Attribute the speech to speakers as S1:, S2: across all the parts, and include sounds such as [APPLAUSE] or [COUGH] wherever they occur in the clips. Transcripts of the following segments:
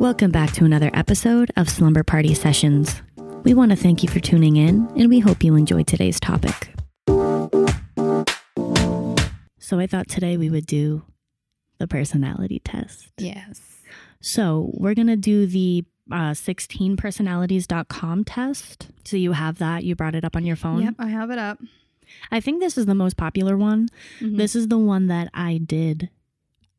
S1: Welcome back to another episode of Slumber Party Sessions. We want to thank you for tuning in, and we hope you enjoyed today's topic. So, I thought today we would do the personality test.
S2: Yes.
S1: So, we're going to do the uh, 16personalities.com test. So, you have that. You brought it up on your phone.
S2: Yep, I have it up.
S1: I think this is the most popular one.
S2: Mhm.
S1: This is the one that I did.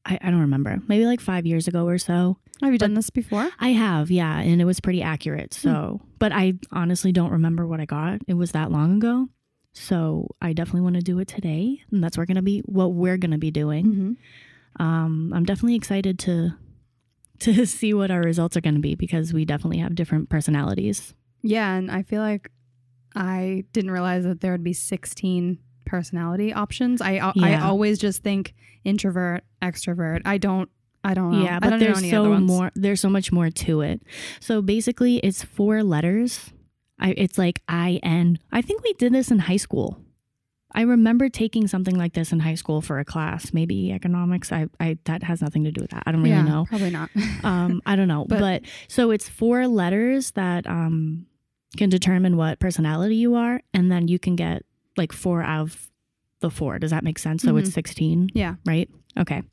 S1: I, I don't remember. Maybe like five years ago or so.
S2: have you
S1: but-
S2: done this before?
S1: I have, yeah, and it was pretty accurate. So, but I honestly don't remember what I got. It was that long ago. So, I definitely want to do it today, and that's we're going to be what we're going to be doing.
S2: Mm-hmm.
S1: Um, I'm definitely excited to [LAUGHS] to see what our results are going to be because we definitely have different personalities.
S2: Yeah, and I feel like I didn't realize that there would be 16 personality options. I I
S1: Yeah.
S2: always just think introvert, extrovert. I don't I don't know.
S1: Yeah,
S2: I
S1: Um, but
S2: don't know
S1: there's
S2: any
S1: so
S2: other ones.
S1: more. There's so much more to it. So basically, it's four letters. I, it's like I N. I think we did this in high school. I remember taking something like this in high school for a class, maybe economics. I, I that has nothing to do with that. I don't really
S2: yeah,
S1: know.
S2: Probably not. [LAUGHS]
S1: Um, I don't know, but,
S2: But-
S1: so it's four letters that um can determine what personality you are, and then you can get like four out of the four. Does that make sense? So
S2: Mm-hmm.
S1: it's sixteen
S2: yeah.
S1: right? Okay.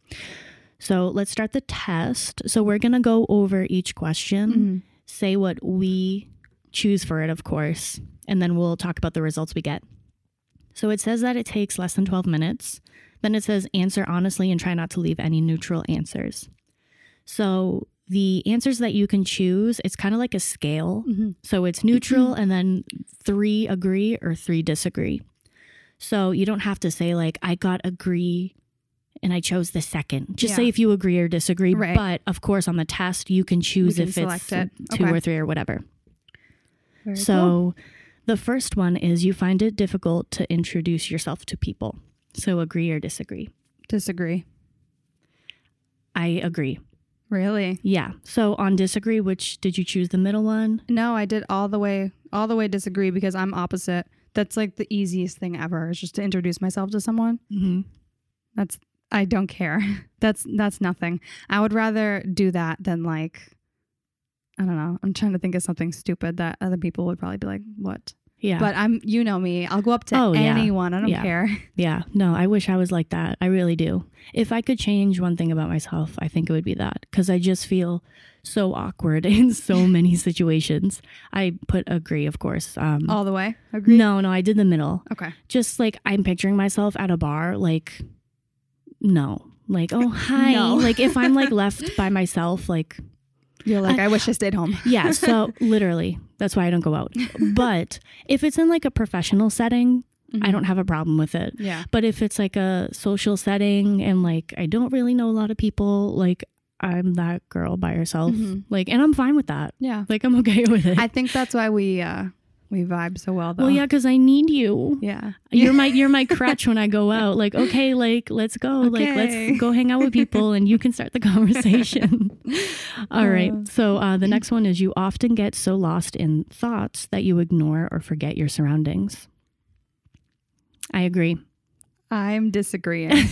S1: So let's start the test. So we're going to go over each question,
S2: Mhm.
S1: say what we choose for it, of course, and then we'll talk about the results we get. So it says that it takes less than 12 minutes. Then it says answer honestly and try not to leave any neutral answers. So the answers that you can choose, it's kind of like a scale.
S2: Mhm.
S1: So it's neutral and then three agree or three disagree. So you don't have to say, like, I got agree and I chose the second. Just
S2: Yeah.
S1: say if you agree or disagree.
S2: Right.
S1: But of course, on the test, you can choose
S2: can
S1: if it's
S2: select it.
S1: two
S2: Okay.
S1: or three or whatever.
S2: Very cool.
S1: So the first one is you find it difficult to introduce yourself to people. So agree or disagree.
S2: disagree.
S1: I agree.
S2: Really?
S1: Yeah. So on disagree, which did you choose the middle one?
S2: No, I did all the way all the way disagree because I'm opposite. That's like the easiest thing ever is just to introduce myself to someone.
S1: Mm-hmm.
S2: That's I don't care. [LAUGHS] That's that's nothing. I would rather do that than like I don't know. I'm trying to think of something stupid that other people would probably be like, "What?"
S1: Yeah.
S2: But I'm you know me. I'll go up to
S1: Oh, yeah.
S2: anyone. I don't
S1: Yeah.
S2: care.
S1: yeah. No, I wish I was like that. I really do. If I could change one thing about myself, I think it would be that because I just feel so awkward [LAUGHS] in so
S2: [LAUGHS]
S1: many situations. I put agree, of course. Um,
S2: All the way. Agree.
S1: no, no, I did the middle.
S2: Okay.
S1: just like I'm picturing myself at a bar, like, no, like,
S2: [LAUGHS]
S1: oh, hi.
S2: No.
S1: [LAUGHS] Like, if I'm like
S2: [LAUGHS]
S1: left by myself, like,
S2: You're like, I, wish I stayed
S1: [LAUGHS]
S2: home.
S1: yeah,
S2: [LAUGHS]
S1: so literally, that's why I don't go out. But if it's in like a professional setting,
S2: Mm-hmm.
S1: I don't have a problem with it.
S2: Yeah.
S1: But if it's like a social setting and like I don't really know a lot of people, like, I'm that girl by herself.
S2: Mhm.
S1: Like, and I'm fine with that.
S2: Yeah.
S1: Like, I'm [LAUGHS] okay with it.
S2: I Oh. think that's why we uh we vibe so well though.
S1: well, yeah, because I need
S2: [LAUGHS]
S1: you.
S2: Yeah.
S1: You're my you're my crutch when I
S2: [LAUGHS]
S1: go out. Like, okay, like let's go. Like
S2: Okay.
S1: let's go hang out with people and you can start the
S2: [LAUGHS]
S1: conversation. [LAUGHS] All right.
S2: Uh.
S1: So uh, the next one is you often get so lost in thoughts that you ignore or forget your surroundings. I agree. [LAUGHS]
S2: I'm disagreeing.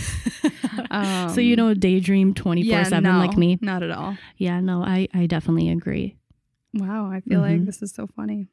S2: um,
S1: so you don't daydream twenty four
S2: yeah,
S1: seven like
S2: no,
S1: me.
S2: Not at all.
S1: Yeah, no, I, I definitely agree.
S2: Wow, I feel
S1: Mhm.
S2: like this is so funny.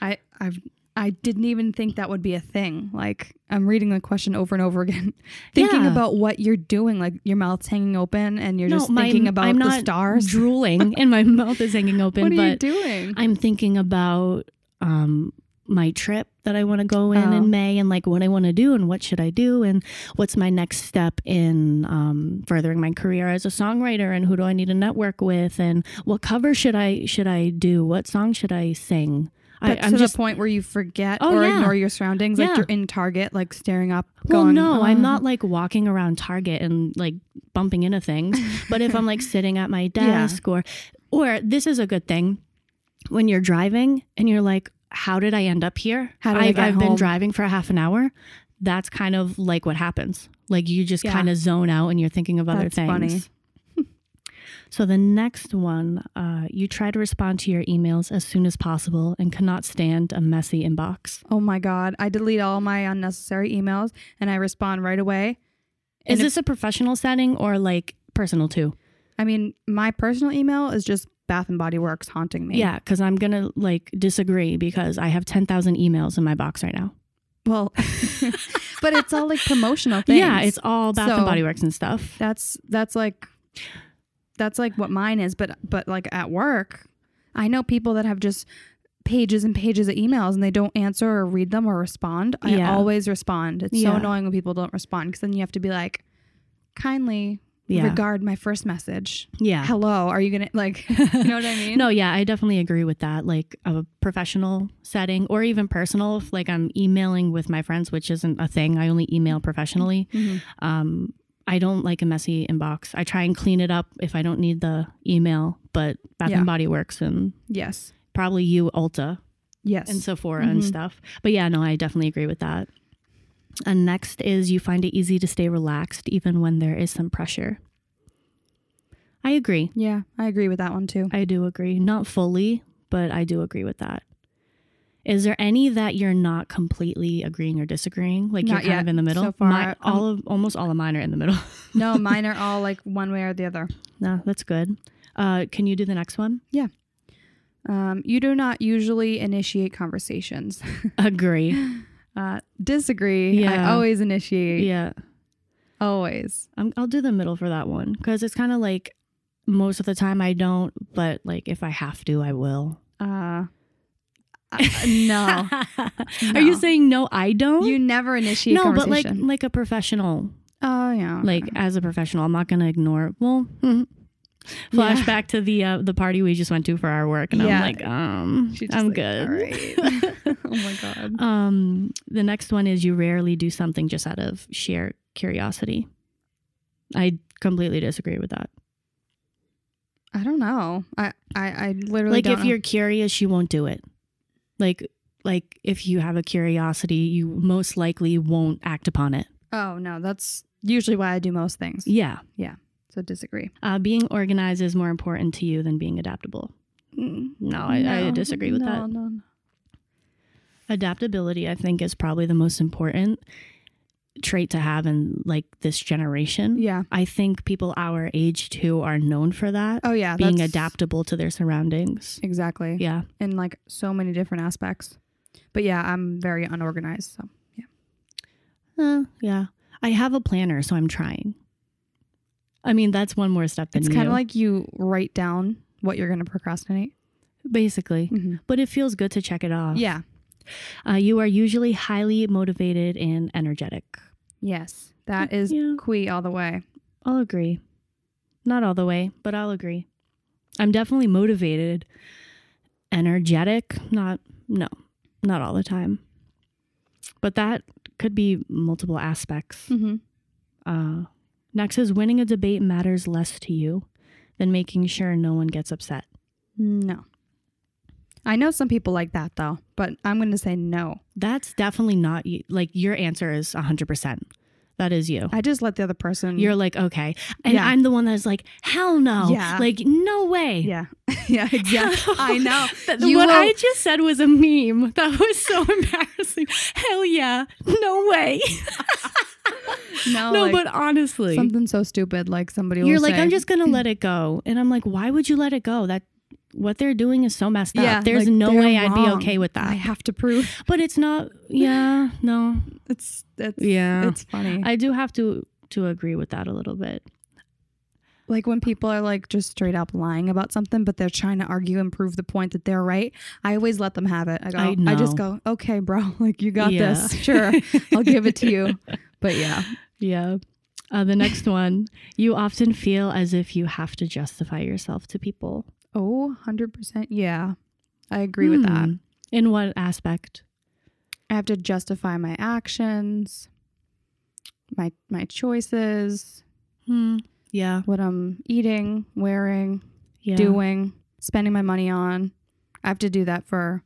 S2: I I've I didn't even think that would be a thing. Like I'm reading the question over and over again, [LAUGHS] thinking
S1: Yeah.
S2: about what you're doing, like your mouth's hanging open and you're
S1: No,
S2: just
S1: my-
S2: thinking about
S1: I'm
S2: the
S1: not
S2: [LAUGHS] stars.
S1: Drooling and my mouth is hanging open,
S2: What are
S1: but
S2: you doing?
S1: I'm thinking about um my trip that I want to go in
S2: Oh.
S1: in May and like what I want to do and what should I do and what's my next step in um furthering my career as a songwriter and who do I need to network with and what cover should I should I do what song should I sing
S2: but
S1: I,
S2: to
S1: I'm just
S2: the point where you forget
S1: Oh,
S2: or
S1: yeah.
S2: ignore your surroundings, like
S1: Yeah.
S2: you're in Target, like staring up.
S1: well
S2: going,
S1: no I'm
S2: "Uh."
S1: not like walking around Target and like bumping into things but if I'm like sitting at
S2: [LAUGHS]
S1: my desk or or this is a good thing when you're driving and you're like how did I end up here
S2: How did I
S1: I've,
S2: get
S1: I've been
S2: home?
S1: driving for half an hour that's kind of like what happens like you just
S2: Yeah.
S1: kind of zone out and you're thinking of other
S2: "Ah, That's
S1: things
S2: funny.
S1: so the next one uh, you try to respond to your emails as soon as possible and cannot stand a messy inbox
S2: Oh my god, I delete all my unnecessary emails and I respond right away.
S1: is
S2: And if-
S1: this a professional setting or like personal too
S2: I mean, my personal email is just Bath and Body Works haunting me.
S1: Yeah, because I'm going to like disagree because I have 10,000 emails in my box right now. [LAUGHS]
S2: Well, but it's all like promotional things.
S1: Yeah, it's all Bath
S2: So-
S1: and Body Works and stuff.
S2: that's that's like that's like what mine is. But but like at work, I know people that have just pages and pages of emails and they don't answer or read them or respond. I
S1: Yeah.
S2: always respond. It's so
S1: Yeah.
S2: annoying when people don't respond because then you have to be like, kindly
S1: Yeah.
S2: regard my first message.
S1: yeah.
S2: Hello, are you gonna like?
S1: [LAUGHS]
S2: You know what I mean?
S1: No, yeah, I definitely agree with that. Like a professional setting or even personal, if like I'm emailing with my friends, which isn't a thing. I only email professionally.
S2: Mhm.
S1: Um, I don't like a messy inbox. I try and clean it up if I don't need the email, but Bath
S2: Yeah.
S1: and Body Works and
S2: Yes.
S1: probably you, Ulta,
S2: Yes.
S1: and Sephora
S2: Mhm.
S1: and stuff. But yeah, no, I definitely agree with that. And next is you find it easy to stay relaxed even when there is some pressure. I agree.
S2: yeah, I agree with that one too.
S1: I do agree. Not fully, but I do agree with that. Is there any that you're not completely agreeing or disagreeing? Like
S2: Not
S1: you're kind
S2: yet.
S1: of in the middle?
S2: So far, um,
S1: My-
S2: I'm-
S1: all of almost all of mine are in the middle. [LAUGHS]
S2: no, mine are all like one way or the other.
S1: no, that's good. Uh, can you do the next
S2: [LAUGHS]
S1: one?
S2: Um, you do not usually initiate conversations.
S1: Agree.
S2: Uh, disagree. I
S1: Yeah.
S2: always initiate.
S1: yeah.
S2: Always.
S1: I'm, I'll do the middle for that one because it's kind of like most of the time I don't, but like if I have to, I
S2: [LAUGHS]
S1: will.
S2: Uh, I-
S1: [LAUGHS]
S2: no.
S1: Are you
S2: No.
S1: saying no, I don't?
S2: You never initiate
S1: no, but like
S2: conversation.
S1: like a professional
S2: oh yeah. okay.
S1: like as a professional i'm not going to ignore well [LAUGHS] hmm.
S2: Yeah.
S1: flashback to the uh, the party we just went to for our work and i'm
S2: Yeah.
S1: like um
S2: She's just
S1: i'm
S2: like,
S1: good [LAUGHS]
S2: "All right." [LAUGHS] oh my god.
S1: um the next one is you rarely do something just out of sheer curiosity i completely disagree with that
S2: I don't know. I I, I literally
S1: like
S2: don't
S1: if
S2: know.
S1: you're curious you won't do it like like if you have a curiosity you most likely won't act upon it
S2: Oh no, that's usually why I do most things.
S1: yeah
S2: So disagree.
S1: uh, being organized is more important to you than being adaptable
S2: No,
S1: no Oh, i, I disagree with
S2: no,
S1: that
S2: No, no.
S1: adaptability i think is probably the most important trait to have in like this generation
S2: Yeah.
S1: i think people our age too are known for that
S2: Oh yeah.
S1: being
S2: that's-
S1: adaptable to their surroundings
S2: Exactly.
S1: yeah
S2: in like so many different aspects. But yeah, I'm very unorganized. So
S1: Uh, yeah i have a planner so i'm trying i mean that's one more step than
S2: it's kind
S1: you,
S2: of like you write down what you're going to procrastinate.
S1: basically but it feels good to check it off
S2: Yeah.
S1: uh, you are usually highly motivated and energetic
S2: Yes. That is
S1: Yeah.
S2: que all the way.
S1: I'll agree. Not all the way, but I'll agree. I'm definitely motivated, energetic, not no, not all the time. But that could be multiple aspects.
S2: Mm-hmm.
S1: Uh, next is winning a debate matters less to you than making sure no one gets upset.
S2: No. I know some people like that though, but I'm going to say no.
S1: That's definitely not you. Like your answer is 100%. That is you.
S2: I just let the other person.
S1: You're like, okay. And
S2: Yeah.
S1: I'm the one that's like, hell no.
S2: Yeah.
S1: Like, no way.
S2: yeah. [LAUGHS] yeah.
S1: [LAUGHS]
S2: Exactly. I know.
S1: That-
S2: You
S1: what
S2: will-
S1: I just said was a meme. That was so [LAUGHS] embarrassing. Hell yeah. No
S2: [LAUGHS]
S1: way.
S2: [LAUGHS] No.
S1: no,
S2: like,
S1: but honestly,
S2: something so stupid like somebody.
S1: you're
S2: will
S1: like,
S2: say, Hmm.
S1: I'm just going to let it go. And I'm like, why would you let it go? That what they're doing is so messed up.
S2: Yeah,
S1: There's
S2: like,
S1: no
S2: they're
S1: way I'd be
S2: wrong.
S1: okay with
S2: I
S1: that.
S2: have to prove [LAUGHS]
S1: But it's not. Yeah, no.
S2: it's [SIGHS] it's
S1: Yeah.
S2: it's funny.
S1: I do have to to agree with that a little bit.
S2: Like when people are like just straight up lying about something, but they're trying to argue and prove the point that they're right. I always let them have it. I go, I,
S1: I
S2: just go, okay, bro, [LAUGHS] like you got this. Sure, I'll give it
S1: [LAUGHS]
S2: to you. But yeah,
S1: Yeah. Uh, the
S2: [LAUGHS]
S1: next one, you often feel as if you have to justify yourself to people.
S2: oh, 100%. Yeah, I agree with that.
S1: Hmm. In what aspect?
S2: I have to justify my actions, my my choices,
S1: Hmm. Yeah.
S2: what I'm eating, wearing,
S1: Yeah.
S2: doing, spending my money on. I have to do that for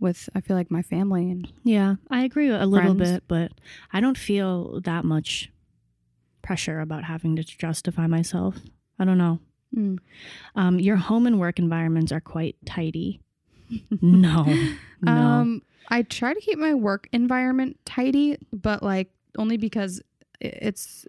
S2: with I feel like my family and
S1: Yeah. I agree a little
S2: Friends.
S1: bit, but I don't feel that much pressure about having to justify myself. I don't know.
S2: Mm.
S1: Um, your home and work environments are quite
S2: [LAUGHS]
S1: tidy. no. No.
S2: Um, I try to keep my work environment tidy, but like only because i- it's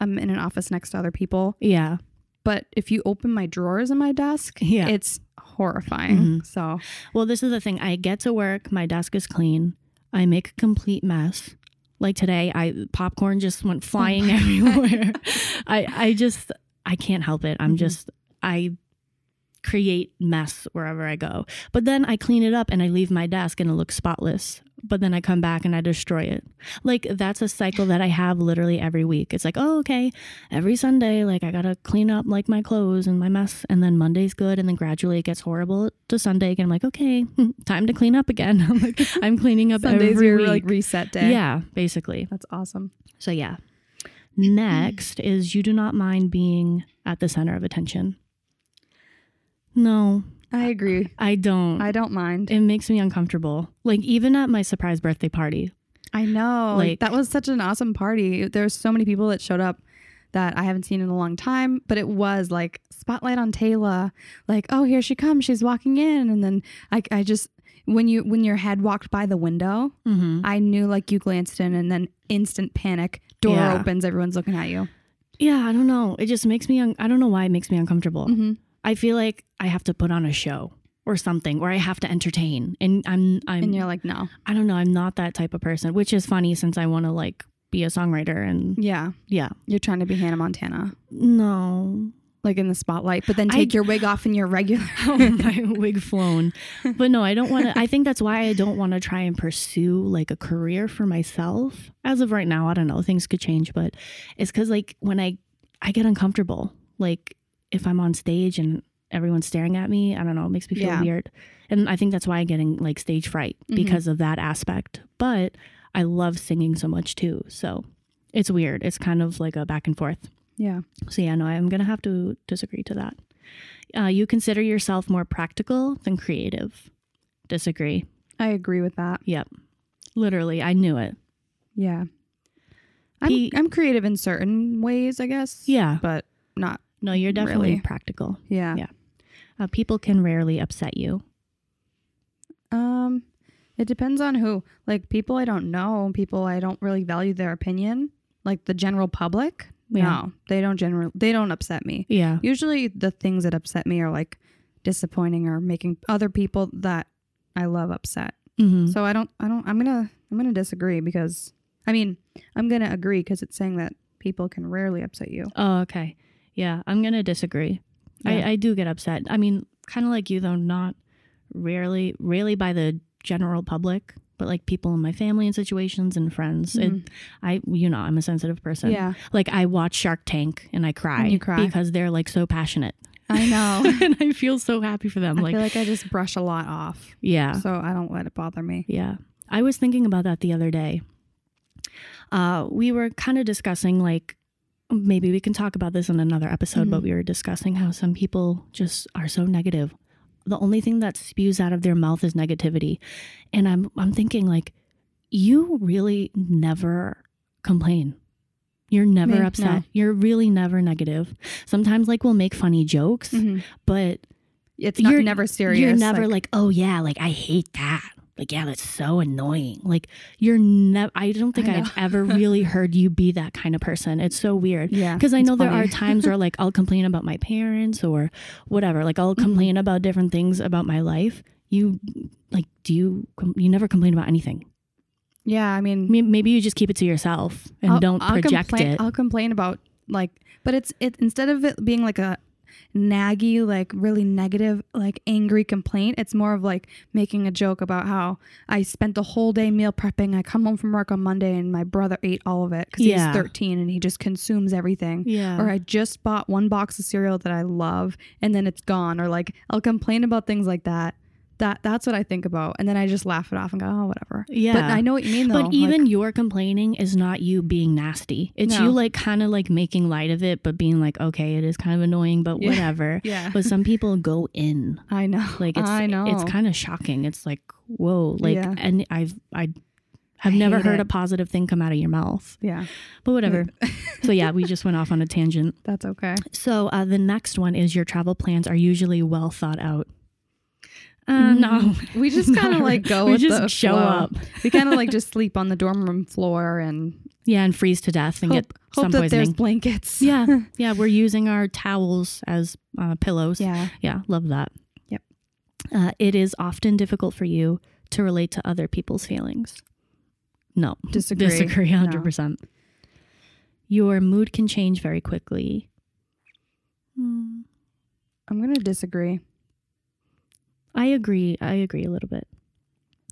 S2: I'm in an office next to other people.
S1: yeah.
S2: But if you open my drawers in my desk,
S1: Yeah.
S2: it's horrifying.
S1: Mhm.
S2: So
S1: Well, this is the thing. I get to work, my desk is clean, I make a complete mess. Like today, I popcorn just went flying
S2: Oh [LAUGHS] my God.
S1: everywhere. I I just I can't help it. I'm
S2: Mhm.
S1: just I create mess wherever I go. But then I clean it up and I leave my desk and it looks spotless. But then I come back and I destroy it. Like that's a cycle that I have literally every week. It's like, oh, okay, every Sunday, like I gotta clean up like my clothes and my mess, and then Monday's good, and then gradually it gets horrible to Sunday again. I'm like, okay, [LAUGHS] time to clean up again. [LAUGHS] I'm like, I'm cleaning up
S2: Sundays
S1: every
S2: are
S1: week.
S2: like reset day.
S1: Yeah, basically.
S2: That's awesome.
S1: So yeah. Next is you do not mind being at the center of attention. No,
S2: I agree.
S1: I don't.
S2: I don't mind.
S1: it makes me uncomfortable. Like even at my surprise birthday party.
S2: I know.
S1: Like-
S2: Like that was such an awesome party. There's so many people that showed up that I haven't seen in a long time, but it was like spotlight on Taylor. Like, oh, here she comes. She's walking in, and then I, I just when you when your head walked by the window,
S1: Mm-hmm.
S2: I knew like you glanced in, and then instant panic. Door
S1: Yeah.
S2: opens. Everyone's looking at you.
S1: Yeah, I don't know. It just makes me. Un- I don't know why it makes me uncomfortable.
S2: Mm-hmm.
S1: I feel like I have to put on a show or something, or I have to entertain. And I'm, I'm,
S2: And you're like, no.
S1: I don't know. I'm not that type of person, which is funny since I want to like be a songwriter and
S2: Yeah,
S1: yeah.
S2: you're trying to be Hannah Montana,
S1: No,
S2: like in the spotlight, but then
S1: I-
S2: take your wig off and you're regular. [LAUGHS]
S1: oh, [LAUGHS] my wig flown. But no, I don't want to. I think that's why I don't want to try and pursue like a career for myself as of right now. I don't know. Things could change, but it's because like when I I get uncomfortable, like if I'm on stage and everyone's staring at me, I don't know. It makes me feel
S2: Yeah.
S1: weird, and I think that's why I'm getting like stage fright
S2: Mhm.
S1: because of that aspect. But I love singing so much too, so. It's weird. It's kind of like a back and forth.
S2: yeah.
S1: So yeah, no, I'm gonna have to disagree to that. Uh, you consider yourself more practical than creative. Disagree.
S2: I agree with that.
S1: Yep. Literally, I knew it.
S2: Yeah. I'm,
S1: He-
S2: I'm creative in certain ways, I guess.
S1: Yeah.
S2: But not,
S1: No, you're definitely
S2: Really?
S1: practical.
S2: yeah.
S1: Yeah. Uh, people can rarely upset you.
S2: Um, it depends on who. Like people I don't know, people I don't really value their opinion, like the general public.
S1: Yeah.
S2: No, they don't general they don't upset me.
S1: Yeah.
S2: Usually the things that upset me are like disappointing or making other people that I love upset.
S1: hmm
S2: So I don't I don't I'm going to I'm going to disagree because I mean, I'm going to agree cuz it's saying that people can rarely upset you.
S1: Oh, okay. Yeah, I'm gonna disagree.
S2: Yeah.
S1: I, I do get upset. I mean, kind of like you though, not rarely, rarely by the general public, but like people in my family and situations and friends. It,
S2: Mhm.
S1: I, you know, I'm a sensitive person.
S2: Yeah.
S1: Like I watch Shark Tank and I cry,
S2: And you cry.
S1: because they're like so
S2: [LAUGHS]
S1: passionate, [LAUGHS]
S2: I know.
S1: and I feel so happy for them.
S2: I
S1: like,
S2: feel like I just brush a lot off,
S1: yeah,
S2: so I don't let it bother me.
S1: yeah. I was thinking about that the other day. Uh, we were kind of discussing like maybe we can talk about this in another episode,
S2: Mm-hmm.
S1: but we were discussing how some people just are so negative. The only thing that spews out of their mouth is negativity, and I'm I'm thinking like, you really never complain. You're never
S2: Me?
S1: upset.
S2: No.
S1: You're really never negative. Sometimes like we'll make funny jokes,
S2: Mm-hmm.
S1: but
S2: It's not,
S1: You're-
S2: never serious.
S1: you're never
S2: like,
S1: like, oh yeah, like I hate that. Like yeah, that's so annoying. Like you're never. I don't think
S2: I
S1: I've
S2: know.
S1: ever
S2: [LAUGHS]
S1: really heard you be that kind of person. It's so weird
S2: yeah,
S1: because I
S2: it's
S1: know there
S2: funny. [LAUGHS]
S1: are times where like I'll complain about my parents or whatever. Like
S2: Mm-hmm.
S1: I'll complain about different things about my life. You like do you com- you never complain about anything?
S2: yeah. I mean,
S1: May- Maybe you just keep it to yourself and
S2: I'll-
S1: don't
S2: I'll
S1: project
S2: complain,
S1: it.
S2: I'll complain about like, but it's it instead of it being like a naggy, like really negative, like angry complaint. It's more of like making a joke about how I spent the whole day meal prepping. I come home from work on Monday and my brother ate all of it because
S1: Yeah.
S2: he's 13 and he just consumes everything.
S1: yeah.
S2: or I just bought one box of cereal that I love and then it's gone or like I'll complain about things like that. That that's what I think about and then I just laugh it off and go, "Oh, whatever."
S1: Yeah.
S2: But I know what you mean though.
S1: But even your complaining is not you being nasty. It's
S2: No.
S1: you like kind of like making light of it, but being like, okay, it is kind of annoying, but
S2: Yeah.
S1: whatever.
S2: [LAUGHS] Like, yeah.
S1: but some people go in.
S2: I know.
S1: Like it's
S2: I know.
S1: it's kind of shocking. It's like whoa, like
S2: Yeah.
S1: and I've I have
S2: I
S1: never
S2: hate
S1: heard
S2: it.
S1: a positive thing come out of your mouth.
S2: Yeah.
S1: But
S2: [LAUGHS]
S1: whatever. so yeah, we just went off on a tangent.
S2: That's okay.
S1: So uh, the next one is your travel plans are usually well thought out.
S2: Uh,
S1: No. [LAUGHS]
S2: [LAUGHS] we just kind of
S1: Not
S2: like
S1: really.
S2: go.
S1: We
S2: with
S1: just
S2: the
S1: show
S2: flow.
S1: up.
S2: we kind of like just sleep on the dorm room floor and
S1: Yeah, and freeze to death and
S2: hope,
S1: get
S2: hope
S1: some
S2: that there's
S1: poisoning.
S2: [LAUGHS] blankets.
S1: yeah, yeah, we're using our towels as uh, pillows. [LAUGHS]
S2: yeah.
S1: Yeah, love that.
S2: Yep.
S1: Uh, it is often difficult for you to relate to other people's feelings. No,
S2: Disagree.
S1: Disagree
S2: No.
S1: 100%. Your mood can change very quickly. Hmm.
S2: I'm gonna disagree.
S1: I agree. I agree a little bit.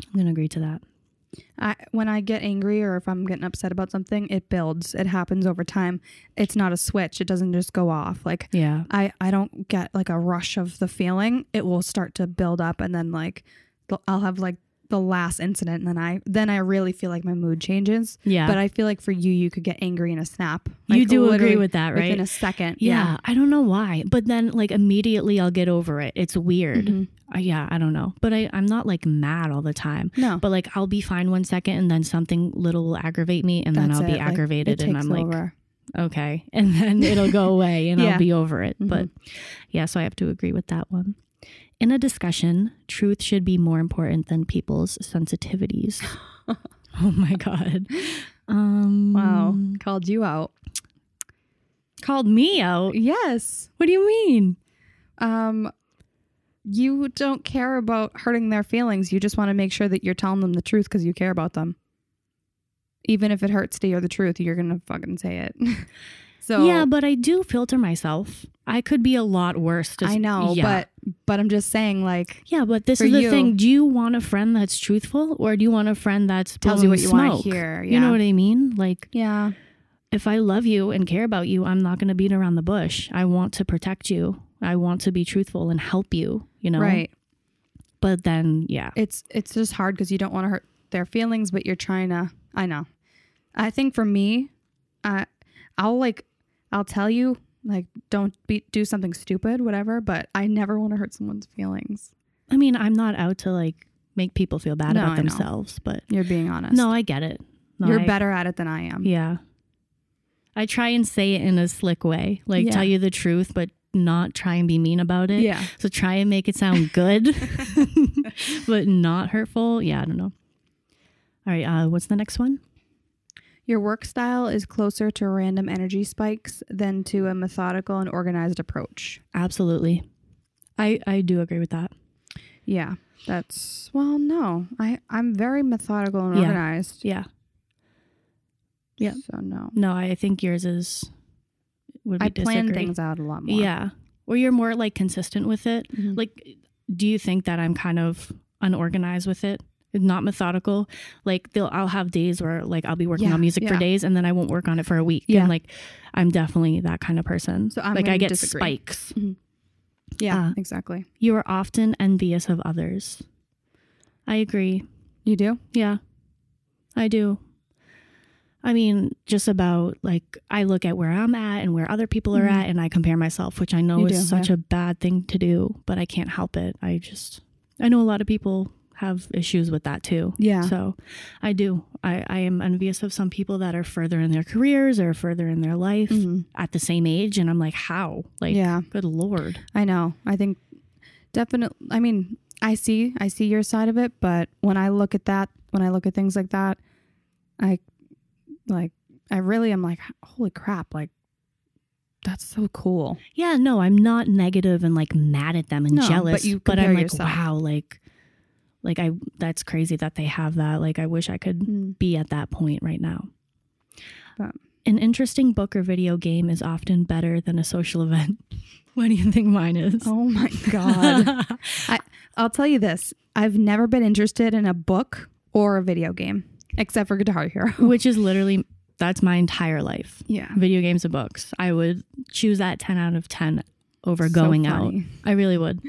S1: I'm going to agree to that.
S2: I, when I get angry or if I'm getting upset about something, it builds. It happens over time. It's not a switch. It doesn't just go off. Like
S1: Yeah.
S2: I, I don't get like a rush of the feeling. It will start to build up, and then like the- I'll have like the last incident, and then I then I really feel like my mood changes.
S1: Yeah.
S2: But I feel like for you, you could get angry in a snap.
S1: you
S2: Like,
S1: do agree
S2: literally
S1: with that, right?
S2: Within a second.
S1: yeah, I don't know why. But then, like, immediately I'll get over it. It's weird.
S2: Mhm.
S1: Uh, yeah, I don't know. But I, I'm not like mad all the time.
S2: No.
S1: But like I'll be fine one second and then something little will aggravate me and then
S2: That's
S1: I'll be
S2: it, like,
S1: aggravated
S2: it
S1: and
S2: takes
S1: I'm like,
S2: over.
S1: okay. [LAUGHS] And then it'll go away and
S2: Yeah. Mm-hmm.
S1: I'll be over it. But yeah, so I have to agree with that one. In a discussion, truth should be more important than people's sensitivities.
S2: [LAUGHS]
S1: oh my God. Um,
S2: wow, called you out.
S1: Called me out.
S2: Yes.
S1: What do you mean?
S2: um you don't care about hurting their feelings you just want to make sure that you're telling them the truth because you care about them even if it hurts to hear the truth you're gonna fucking say it [LAUGHS] so
S1: yeah, but I do filter myself. I could be a lot worse.
S2: i know
S1: yeah.
S2: but but i'm just saying like
S1: Yeah, but this
S2: for
S1: is the
S2: you.
S1: thing. Do you want a friend that's truthful or do you want a friend that's
S2: Tells you
S1: blowing
S2: what you wanna
S1: smoke?
S2: hear,
S1: You
S2: yeah.
S1: know what I mean? Like
S2: yeah
S1: if I love you and care about you, I'm not going to beat around the bush. I want to protect you. I want to be truthful and help you, you know?
S2: right
S1: But then, yeah.
S2: it's it's just hard because you don't want to hurt their feelings, but you're trying to. I know. I think for me, I I'll like I'll tell you like don't be do something stupid, whatever. But I never want to hurt someone's feelings.
S1: I mean, I'm not out to like make people feel bad
S2: No,
S1: about
S2: I know.
S1: themselves, but
S2: You're being honest.
S1: no, I get it. No,
S2: you're
S1: I-
S2: better at it than I am.
S1: Yeah. I try and say it in a slick way, like
S2: Yeah.
S1: tell you the truth, but not try and be mean about it.
S2: Yeah.
S1: So try and make it sound [LAUGHS] good, but not hurtful. Yeah, I don't know. All right, uh, what's the next one?
S2: Your work style is closer to random energy spikes than to a methodical and organized approach.
S1: Absolutely. I, I do agree with that.
S2: Yeah, that's well, no, I I'm very methodical and
S1: Yeah.
S2: organized.
S1: Yeah. Yeah.
S2: So no,
S1: No, I think yours is. Would we
S2: I plan
S1: disagree?
S2: things out a lot more.
S1: Yeah. Or you're more like consistent with it.
S2: Mhm.
S1: Like, do you think that I'm kind of unorganized with it? Not methodical. Like, they'll, I'll have days where like I'll be working
S2: Yeah,
S1: on music for
S2: yeah.
S1: days and then I won't work on it for a week.
S2: Yeah.
S1: And like, I'm definitely that kind of person.
S2: So I'm
S1: like,
S2: gonna
S1: I get
S2: disagree.
S1: spikes.
S2: Yeah,
S1: Uh,
S2: exactly.
S1: You are often envious of others. I agree.
S2: You do?
S1: Yeah, I do. I mean, just about like I look at where I'm at and where other people are
S2: Mhm.
S1: at, and I compare myself, which I know
S2: You
S1: is
S2: do,
S1: such a bad thing to do, but I can't help it. I just, I know a lot of people have issues with that too.
S2: Yeah.
S1: So I do. I, I am envious of some people that are further in their careers or further in their life
S2: Mhm.
S1: at the same age. And I'm like, how? Like,
S2: Yeah.
S1: good Lord.
S2: I know. I think definitely I mean, I see I see your side of it, but when I look at that, when I look at things like that, I like I really am like holy crap, like that's so cool.
S1: Yeah, no, I'm not negative and like mad at them and
S2: No, but
S1: jealous.
S2: you
S1: but I'm
S2: compare
S1: like,
S2: yourself.
S1: wow, like, like I that's crazy that they have that. Like, I wish I could
S2: Mm.
S1: be at that point right now.
S2: But-
S1: An interesting book or video game is often better than a social [LAUGHS] event. what do you think mine is?
S2: Oh my god. [LAUGHS] I I'll tell you this. I've never been interested in a book or a video game except for Guitar Hero.
S1: [LAUGHS] Which is literally that's my entire life.
S2: Yeah.
S1: Video games and books. I would choose that ten out of ten over
S2: So
S1: going out.
S2: funny.
S1: I really would.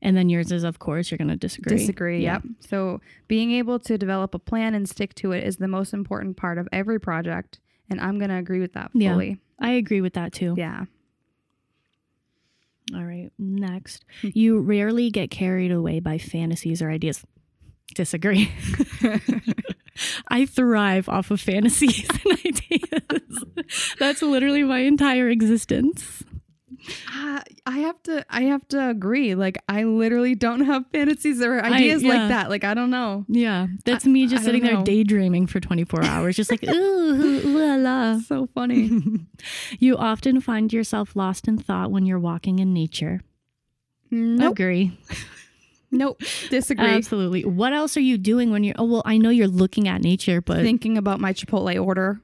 S1: And then yours is, of course, you're going to disagree.
S2: Disagree.
S1: Yeah.
S2: Yep. So being able to develop a plan and stick to it is the most important part of every project, and I'm gonna agree with that
S1: Yeah.
S2: fully.
S1: I agree with that too.
S2: Yeah.
S1: All right. Next,
S2: Hmm.
S1: you rarely get carried away by fantasies or ideas. Disagree. [LAUGHS] I thrive off of [LAUGHS] fantasies and ideas. That's literally my entire existence.
S2: Uh, I have to I have to agree. Like I literally don't [LAUGHS] have fantasies or ideas
S1: yeah.
S2: like that. Like I don't know.
S1: Yeah, that's me just
S2: I
S1: sitting
S2: don't
S1: there
S2: know.
S1: daydreaming for 24 hours, just
S2: [LAUGHS]
S1: like, ooh, la la.
S2: So
S1: [LAUGHS]
S2: funny.
S1: You often find yourself lost in thought when you're walking in nature.
S2: nope.
S1: Agree.
S2: Nope. Disagree.
S1: Absolutely. What else are you doing when you're, oh, well, I know you're looking at nature, but
S2: Thinking about my Chipotle order.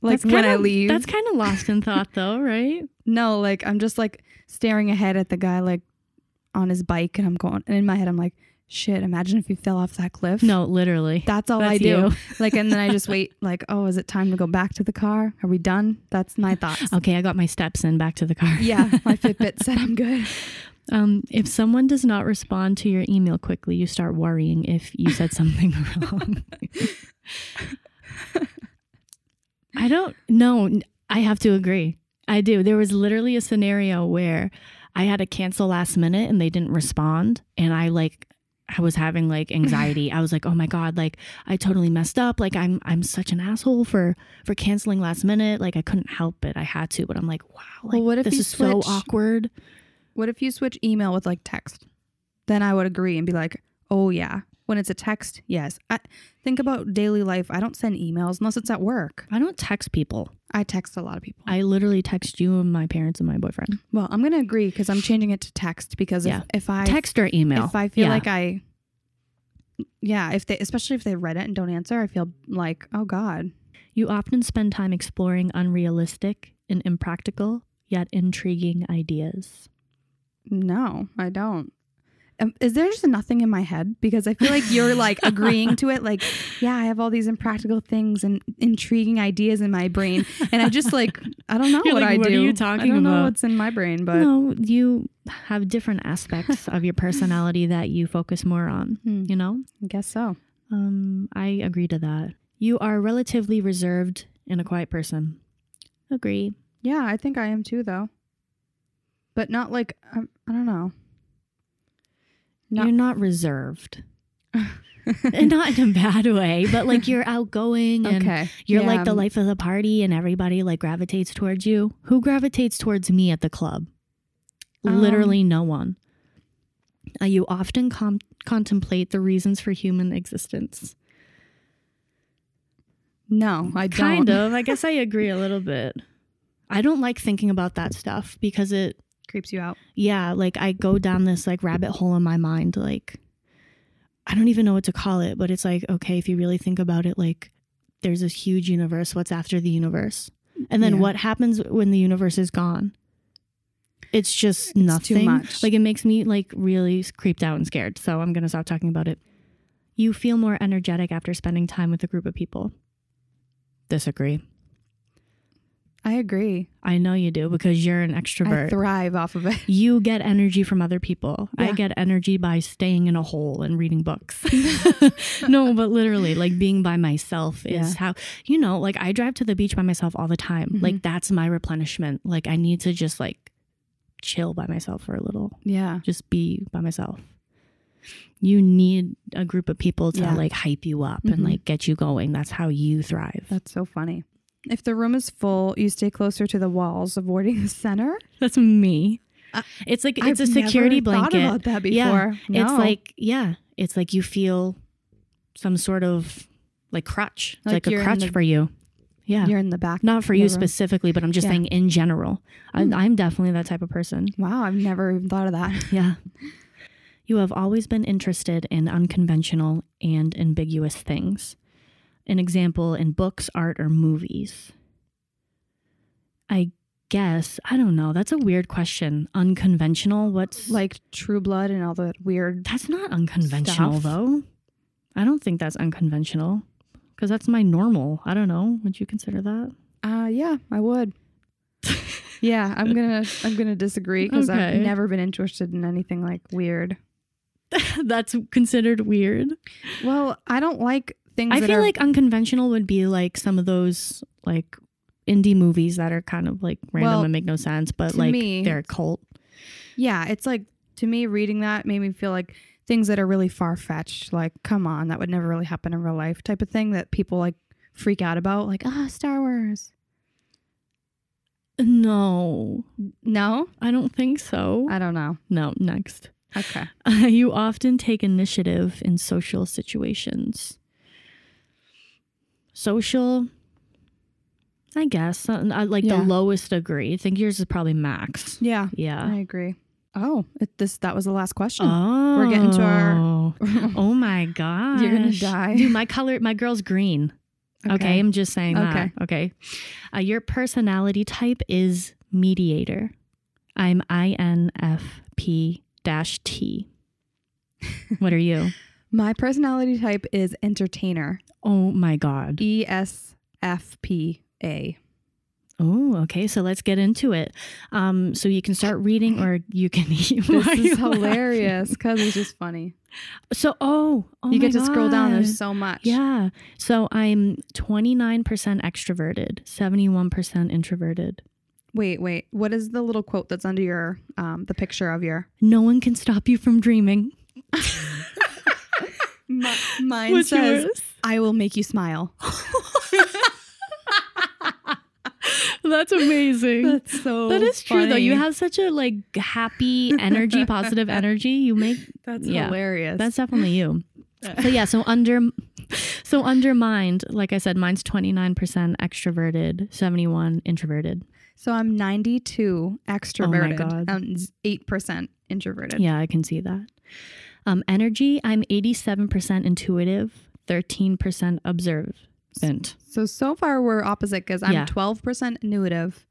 S2: Like
S1: that's
S2: when I
S1: kinda-
S2: leave.
S1: That's kind of lost in thought, though, right?
S2: No, like I'm just like staring ahead at the guy like on his bike and I'm going and in my head I'm like, shit, imagine if you fell off that cliff.
S1: No, literally.
S2: That's all I
S1: That's
S2: do.
S1: you.
S2: [LAUGHS] Like and then I just wait, like, oh, is it time to go back to the car? Are we done?
S1: [LAUGHS]
S2: That's my thoughts.
S1: Okay, I got my steps in back to the car.
S2: yeah, my Fitbit said I'm good.
S1: Um, if someone does not respond to your email quickly, you start worrying if you said something [LAUGHS] wrong. I don't know. I have to agree. I do. There was literally a scenario where I had to cancel last minute and they didn't respond. And I like, I was having like anxiety. I was like, oh my God, like I totally messed up. Like I'm, I'm such an asshole for, for canceling last minute. Like I couldn't help it. I had to, but I'm like, wow, like
S2: Well, what if
S1: this
S2: you
S1: is so
S2: switch-
S1: awkward.
S2: What if you switch email with like text? Then I would agree and be like, oh yeah. When it's a text, yes. I think about daily life. I don't send emails unless it's at work.
S1: I don't text people.
S2: I text a lot of people.
S1: I literally text you and my parents and my boyfriend.
S2: well, I'm gonna agree because I'm changing it to text because
S1: Yeah.
S2: if, if I
S1: text or email.
S2: if I feel
S1: Yeah.
S2: like I, yeah, if they, especially if they read it and don't answer, I feel like, oh God.
S1: you often spend time exploring unrealistic and impractical yet intriguing ideas.
S2: No, I don't. Um, is there just nothing in my head? Because I feel like you're like agreeing to
S1: [LAUGHS]
S2: it. Like, yeah, I have all these impractical things and intriguing ideas in my brain, and I just like I don't know
S1: You're
S2: what
S1: like,
S2: I
S1: "What are
S2: do.
S1: you
S2: I
S1: talking
S2: don't know
S1: about?"
S2: what's in my brain, but
S1: no, you have different aspects of your
S2: [LAUGHS]
S1: personality that you focus more on,
S2: Hmm,
S1: you know?
S2: I guess so.
S1: Um, I agree to that. You are relatively reserved and a quiet person. Agree.
S2: Yeah, I think I am too, though. But not like um, I don't know. Not-
S1: You're not
S2: [LAUGHS]
S1: reserved. and not in a bad way, but like you're outgoing and
S2: okay,
S1: You're
S2: Yeah,
S1: like the
S2: um,
S1: life of the party and everybody like gravitates towards you. Who gravitates towards me at the club?
S2: Um,
S1: Literally no one. Uh, you often com- contemplate the reasons for human existence.
S2: No, I don't.
S1: Kind of. I guess I agree a little bit. [LAUGHS] I don't like thinking about that stuff because it,
S2: creeps you out.
S1: yeah, like I go down this like rabbit hole in my mind. Like, I don't even know what to call it, but it's like, okay, if you really think about it, like there's this huge universe. What's after the universe? And then
S2: Yeah.
S1: what happens when the universe is gone? It's just nothing.
S2: much.
S1: Like it makes me like really creeped out and scared. So I'm gonna stop talking about it. You feel more energetic after spending time with a group of people. Disagree.
S2: I agree.
S1: I know you do because you're an
S2: I
S1: extrovert.
S2: thrive off of it. [LAUGHS]
S1: you get energy from other people. I
S2: Yeah.
S1: get energy by staying in a hole and reading books. [LAUGHS] no, but literally, like being by myself is
S2: Yeah.
S1: how, you know, like I drive to the beach by myself all the time.
S2: Mhm.
S1: Like that's my replenishment. Like I need to just like chill by myself for a little,
S2: Yeah.
S1: just be by myself. You need a group of people to
S2: Yeah.
S1: like hype you up and
S2: Mhm.
S1: like get you going. That's how you thrive.
S2: That's so funny. If the room is full, you stay closer to the walls, avoiding the center.
S1: That's me.
S2: I-
S1: it's like it's a
S2: I've
S1: security
S2: never
S1: blanket.
S2: Thought about that before.
S1: Yeah. It's
S2: No.
S1: like, yeah, it's like you feel some sort of like crutch, It's
S2: Like
S1: like,
S2: you're
S1: a
S2: in
S1: crutch
S2: the-
S1: for you. Yeah.
S2: you're in the back.
S1: Not for you
S2: never.
S1: specifically, but I'm just
S2: Yeah.
S1: saying in general.
S2: Hmm.
S1: I, I'm definitely that type of person.
S2: Wow, I've never even thought
S1: [LAUGHS]
S2: of that.
S1: Yeah. You have always been interested in unconventional and ambiguous things. An example in books, art, or movies. I guess, I don't know. That's a weird question. Unconventional? What's
S2: Like True Blood and all that weird.
S1: That's not unconventional,
S2: Stuff.
S1: though. I don't think that's unconventional because that's my normal. I don't know. Would you consider
S2: [LAUGHS]
S1: that?
S2: Uh yeah,
S1: [LAUGHS]
S2: I would. yeah, I'm gonna I'm gonna disagree because I've
S1: Okay.
S2: never been interested in anything like weird.
S1: that's considered weird.
S2: Well, I don't like things.
S1: I
S2: that
S1: feel
S2: are-
S1: like unconventional would be like some of those like indie movies that are kind of like random
S2: Well,
S1: and make no sense, but
S2: to
S1: like
S2: me-
S1: they're cult.
S2: Yeah, it's like to me reading that made me feel like things that are really far fetched, like come on, that would never really happen in real life type of thing that people like freak out about, like ah, Star Wars.
S1: No,
S2: No,
S1: I don't think so.
S2: I don't know.
S1: No, next.
S2: Okay.
S1: [LAUGHS] you often take initiative in social situations. Social, I guess, uh, uh, like
S2: Yeah.
S1: the lowest degree. I think yours is probably max.
S2: Yeah,
S1: Yeah.
S2: I agree. Oh, it, this that was the last question. [LAUGHS]
S1: Oh,
S2: getting to our-
S1: Oh my god,
S2: You're gonna die. [LAUGHS]
S1: dude. My color, my girl's green. Okay, I'm just saying
S2: Okay.
S1: that. Okay, uh, your personality type is mediator. I'm INFP dash T. What are you?
S2: My personality type is entertainer.
S1: Oh my
S2: E
S1: God.
S2: ESFPA.
S1: Oh, okay. So let's get into it. Um, so you can start reading or you can [LAUGHS] eat.
S2: This
S1: [LAUGHS] Why are you
S2: is hilarious
S1: laughing?
S2: because it's just funny.
S1: So, oh, oh
S2: you get
S1: my
S2: to scroll down.
S1: God.
S2: There's so much.
S1: yeah. So I'm 29% extroverted, 71% introverted.
S2: Wait, wait. What is the little quote that's under your um the picture of your
S1: No one can stop you from dreaming.
S2: mine
S1: What's
S2: says
S1: yours?
S2: I will make you smile. [LAUGHS]
S1: That's amazing.
S2: That's so
S1: that is true though. You
S2: funny.
S1: have such a like happy
S2: [LAUGHS]
S1: energy, positive energy. You make
S2: That's
S1: yeah.
S2: hilarious.
S1: That's definitely you.
S2: [LAUGHS]
S1: so yeah, so under so undermined, like I said, mine's 29% extroverted, 71 introverted.
S2: so I'm 92 extroverted
S1: God.
S2: and 8% introverted.
S1: Yeah, I can see that. Um, energy, I'm 87% intuitive, 13% observant.
S2: So so far we're opposite because I'm
S1: Yeah.
S2: 12% intuitive,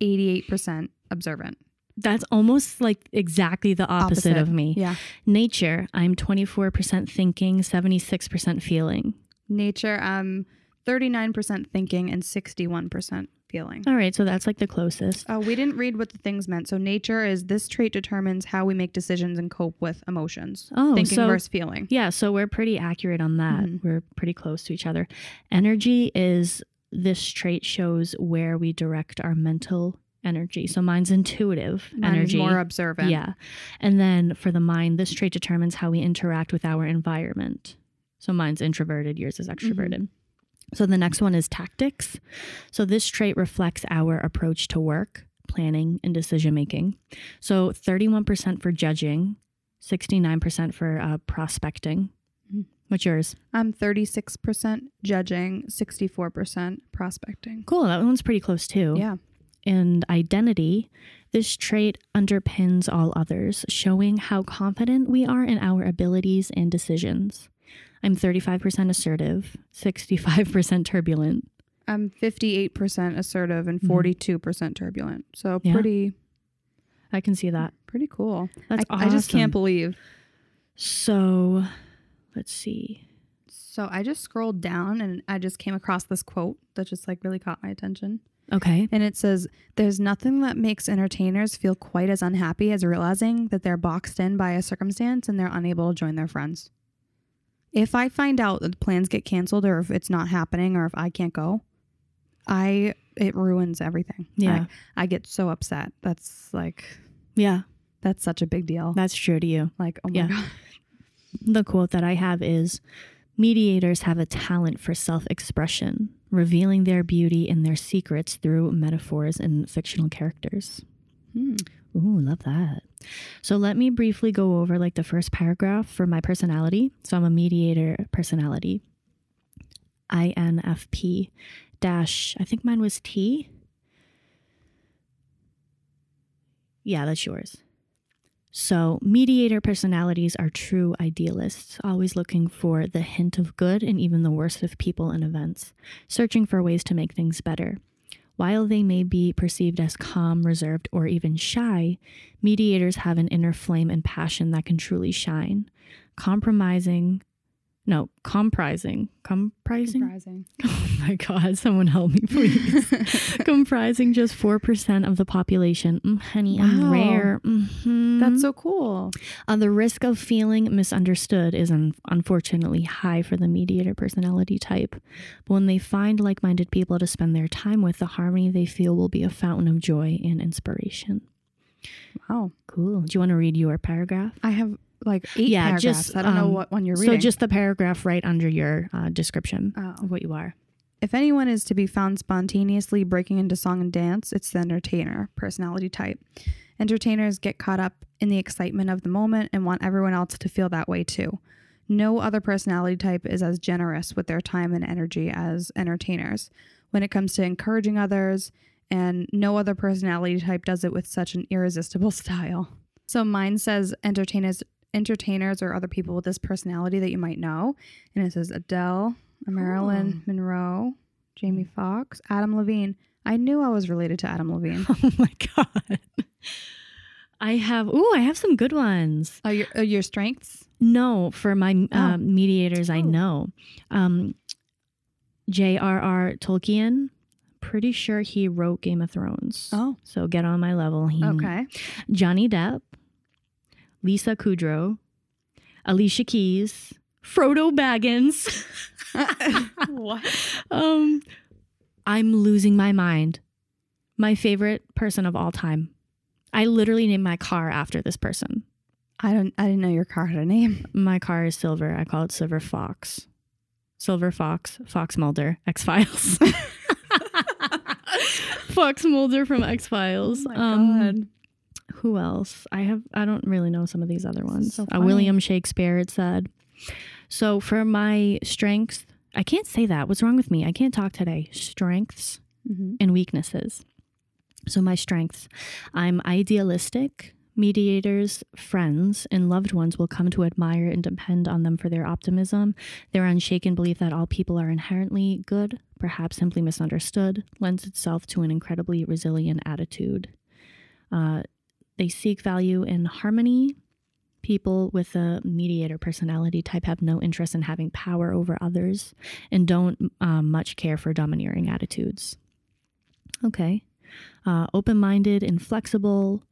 S2: 88% observant.
S1: That's almost like exactly the opposite,
S2: Opposite.
S1: of me.
S2: Yeah.
S1: Nature, I'm 24% thinking, 76% feeling.
S2: Nature, I'm 39% thinking and 61% feeling.
S1: All right, so that's like the closest.
S2: Uh, we didn't read what the things meant. So nature is this trait determines how we make decisions and cope with emotions.
S1: Oh,
S2: thinking
S1: so
S2: versus feeling.
S1: Yeah, so we're pretty accurate on that.
S2: Mhm.
S1: We're pretty close to each other. Energy is this trait shows where we direct our mental energy. So mine's intuitive
S2: Mine is
S1: energy.
S2: more observant.
S1: yeah. And then for the mind, this trait determines how we interact with our environment. So mine's introverted, yours is extroverted. So the next one is tactics. So this trait reflects our approach to work, planning, and decision making. So 31% for judging, 69% for uh, prospecting.
S2: Mhm.
S1: What's yours?
S2: I'm 36% judging, 64% prospecting.
S1: Cool. That one's pretty close too.
S2: Yeah.
S1: And identity. This trait underpins all others, showing how confident we are in our abilities and decisions. I'm 35% assertive, 65% turbulent.
S2: I'm 58% assertive and
S1: Mhm.
S2: 42% turbulent. So
S1: Yeah.
S2: pretty
S1: I can see that.
S2: pretty cool.
S1: That's
S2: I,
S1: awesome.
S2: I just can't believe.
S1: So, let's see.
S2: So I just scrolled down and I just came across this quote that just like really caught my attention.
S1: Okay.
S2: And it says, There's nothing that makes entertainers feel quite as unhappy as realizing that they're boxed in by a circumstance and they're unable to join their friends. If I find out that plans get canceled or if it's not happening or if I can't go, I it ruins everything.
S1: Yeah.
S2: I, I get so upset. That's like
S1: Yeah,
S2: that's such a big deal.
S1: that's true to you.
S2: like, oh my
S1: yeah.
S2: god.
S1: The quote that I have is Mediators have a talent for self expression, revealing their beauty and their secrets through metaphors and fictional characters.
S2: Hmm.
S1: Ooh, love that. So let me briefly go over like the first paragraph for my personality. So I'm a mediator personality. INFP dash, I think mine was T. Yeah, that's yours. So, mediator personalities are true idealists, always looking for the hint of good in even the worst of people and events, searching for ways to make things better. While they may be perceived as calm, reserved, or even shy, mediators have an inner flame and passion that can truly shine. Compromising, no, comprising, comprising.
S2: Surprising.
S1: Oh [LAUGHS] my God, someone help me,
S2: [LAUGHS]
S1: please. Comprising just 4% of the population. Mm, honey, I'm
S2: Wow.
S1: rare. Mhm.
S2: That's so cool.
S1: Uh, the risk of feeling misunderstood is un- unfortunately high for the mediator personality type. But when they find like minded people to spend their time with, the harmony they feel will be a fountain of joy and inspiration.
S2: Wow.
S1: Cool. Do you want to read your paragraph?
S2: I have like eight
S1: Yeah,
S2: paragraphs.
S1: just,
S2: I don't know
S1: um,
S2: what one you're reading.
S1: So, just the paragraph right under your uh, description
S2: oh.
S1: of what you are. [LAUGHS]
S2: If anyone is to be found spontaneously breaking into song and dance, it's the entertainer, personality type. Entertainers get caught up in the excitement of the moment and want everyone else to feel that way too. No other personality type is as generous with their time and energy as entertainers when it comes to encouraging others, and no other personality type does it with such an irresistible [LAUGHS] style. So mine says entertainers entertainers or other people with this personality that you might know. And it says Adele, Marilyn Monroe, Jamie Foxx, Adam Levine. I knew I was related to
S1: [LAUGHS]
S2: Adam Levine.
S1: Oh my god. I have ooh, I have some good ones.
S2: Are your, are your strengths?
S1: No, for my um
S2: Oh.
S1: mediators, I
S2: Oh.
S1: know. Um, J.R.R. Tolkien. Pretty sure he wrote Game of Thrones.
S2: Oh,
S1: So get on my level. He,
S2: okay.
S1: Johnny Depp, Lisa Kudrow, Alicia Keys, Frodo Baggins.
S2: [LAUGHS]
S1: [LAUGHS]
S2: what?
S1: um, I'm losing my mind. My favorite person of all time. I literally named my car after this person.
S2: I don't. I didn't know your car had a name.
S1: My car is silver. I call it Silver Fox. Silver Fox, Fox Mulder, X
S2: [LAUGHS]
S1: Files. [LAUGHS] Fox Mulder from X
S2: Oh
S1: Files.
S2: Um,
S1: who else? I have I don't really know some of these other
S2: This is
S1: ones.
S2: so
S1: uh,
S2: funny.
S1: William Shakespeare it said. So for my strengths, I can't say that. What's wrong with me? I can't talk today. Strengths
S2: Mhm.
S1: and weaknesses. So my strengths, I'm idealistic. Mediators, friends, and loved ones will come to admire and depend on them for their optimism. Their unshaken belief that all people are inherently good, perhaps simply misunderstood, lends itself to an incredibly resilient attitude. Uh, they seek value in harmony. People with a mediator personality type have no interest in having power over others and don't um, much care for domineering attitudes. Okay. Uh, open minded and flexible.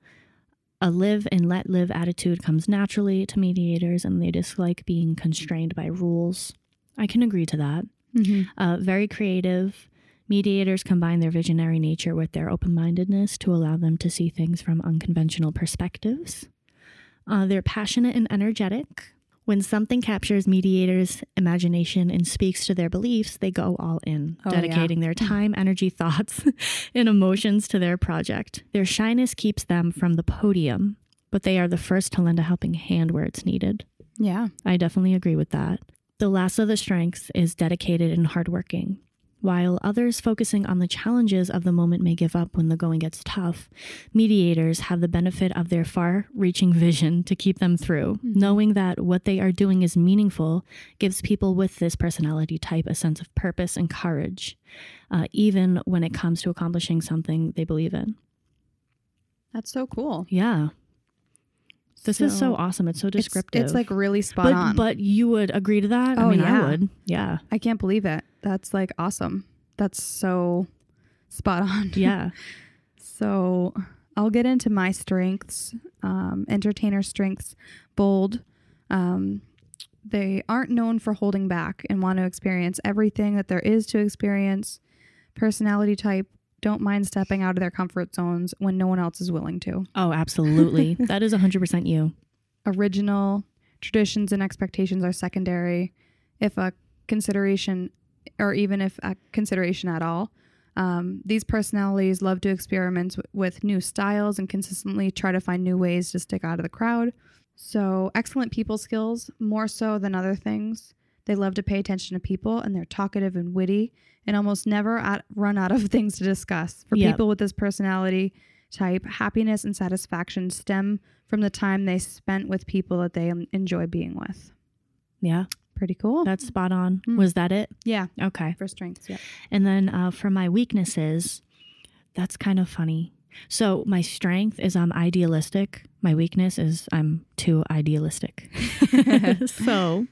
S1: A live and let live attitude comes naturally to mediators, and they dislike being constrained by rules. I can agree to that.
S2: Mhm.
S1: Uh, very creative. Mediators combine their visionary nature with their open mindedness to allow them to see things from unconventional perspectives. Uh, they're passionate and energetic. When something captures mediators' imagination and speaks to their beliefs, they go all in,
S2: Oh, yeah.
S1: dedicating their time, energy, thoughts, [LAUGHS] and emotions to their project. Their shyness keeps them from the podium, but they are the first to lend a helping hand where it's needed.
S2: Yeah.
S1: I definitely agree with that. The last of the strengths is dedicated and hardworking. While others focusing on the challenges of the moment may give up when the going gets tough, mediators have the benefit of their far reaching vision to keep them through.
S2: Mm-hmm.
S1: Knowing that what they are doing is meaningful gives people with this personality type a sense of purpose and courage, uh, even when it comes to accomplishing something they believe in.
S2: That's so cool.
S1: Yeah. This is so awesome. It's so
S2: it's-
S1: descriptive.
S2: It's, like really spot
S1: But,
S2: on.
S1: but you would agree to that? I
S2: Oh,
S1: mean,
S2: yeah.
S1: I would. Yeah.
S2: I can't believe it. That's like awesome. That's so spot on.
S1: Yeah.
S2: So I'll get into my strengths, um, entertainer strengths, bold. Um, they aren't known for holding back and want to experience everything that there is to experience. Personality type don't mind stepping out of their comfort zones when no one else is willing to.
S1: oh, absolutely. that is 100% you.
S2: Original traditions and expectations are secondary, if a consideration, or even if a consideration at all. Um, these personalities love to experiment w- with new styles and consistently try to find new ways to stick out of the crowd. So, excellent people skills, more so than other things. They love to pay attention to people and they're talkative and witty and almost never out, run out of [LAUGHS] things to discuss. For
S1: Yep.
S2: people with this personality type, happiness and satisfaction stem from the time they spent with people that they en- enjoy being with.
S1: Yeah.
S2: Pretty cool.
S1: That's spot on.
S2: Mm.
S1: Was that it?
S2: yeah,
S1: Okay.
S2: for strengths. Yeah.
S1: And then uh, for my weaknesses, that's kind of funny. So my strength is I'm idealistic. My weakness is I'm too idealistic. [LAUGHS] so,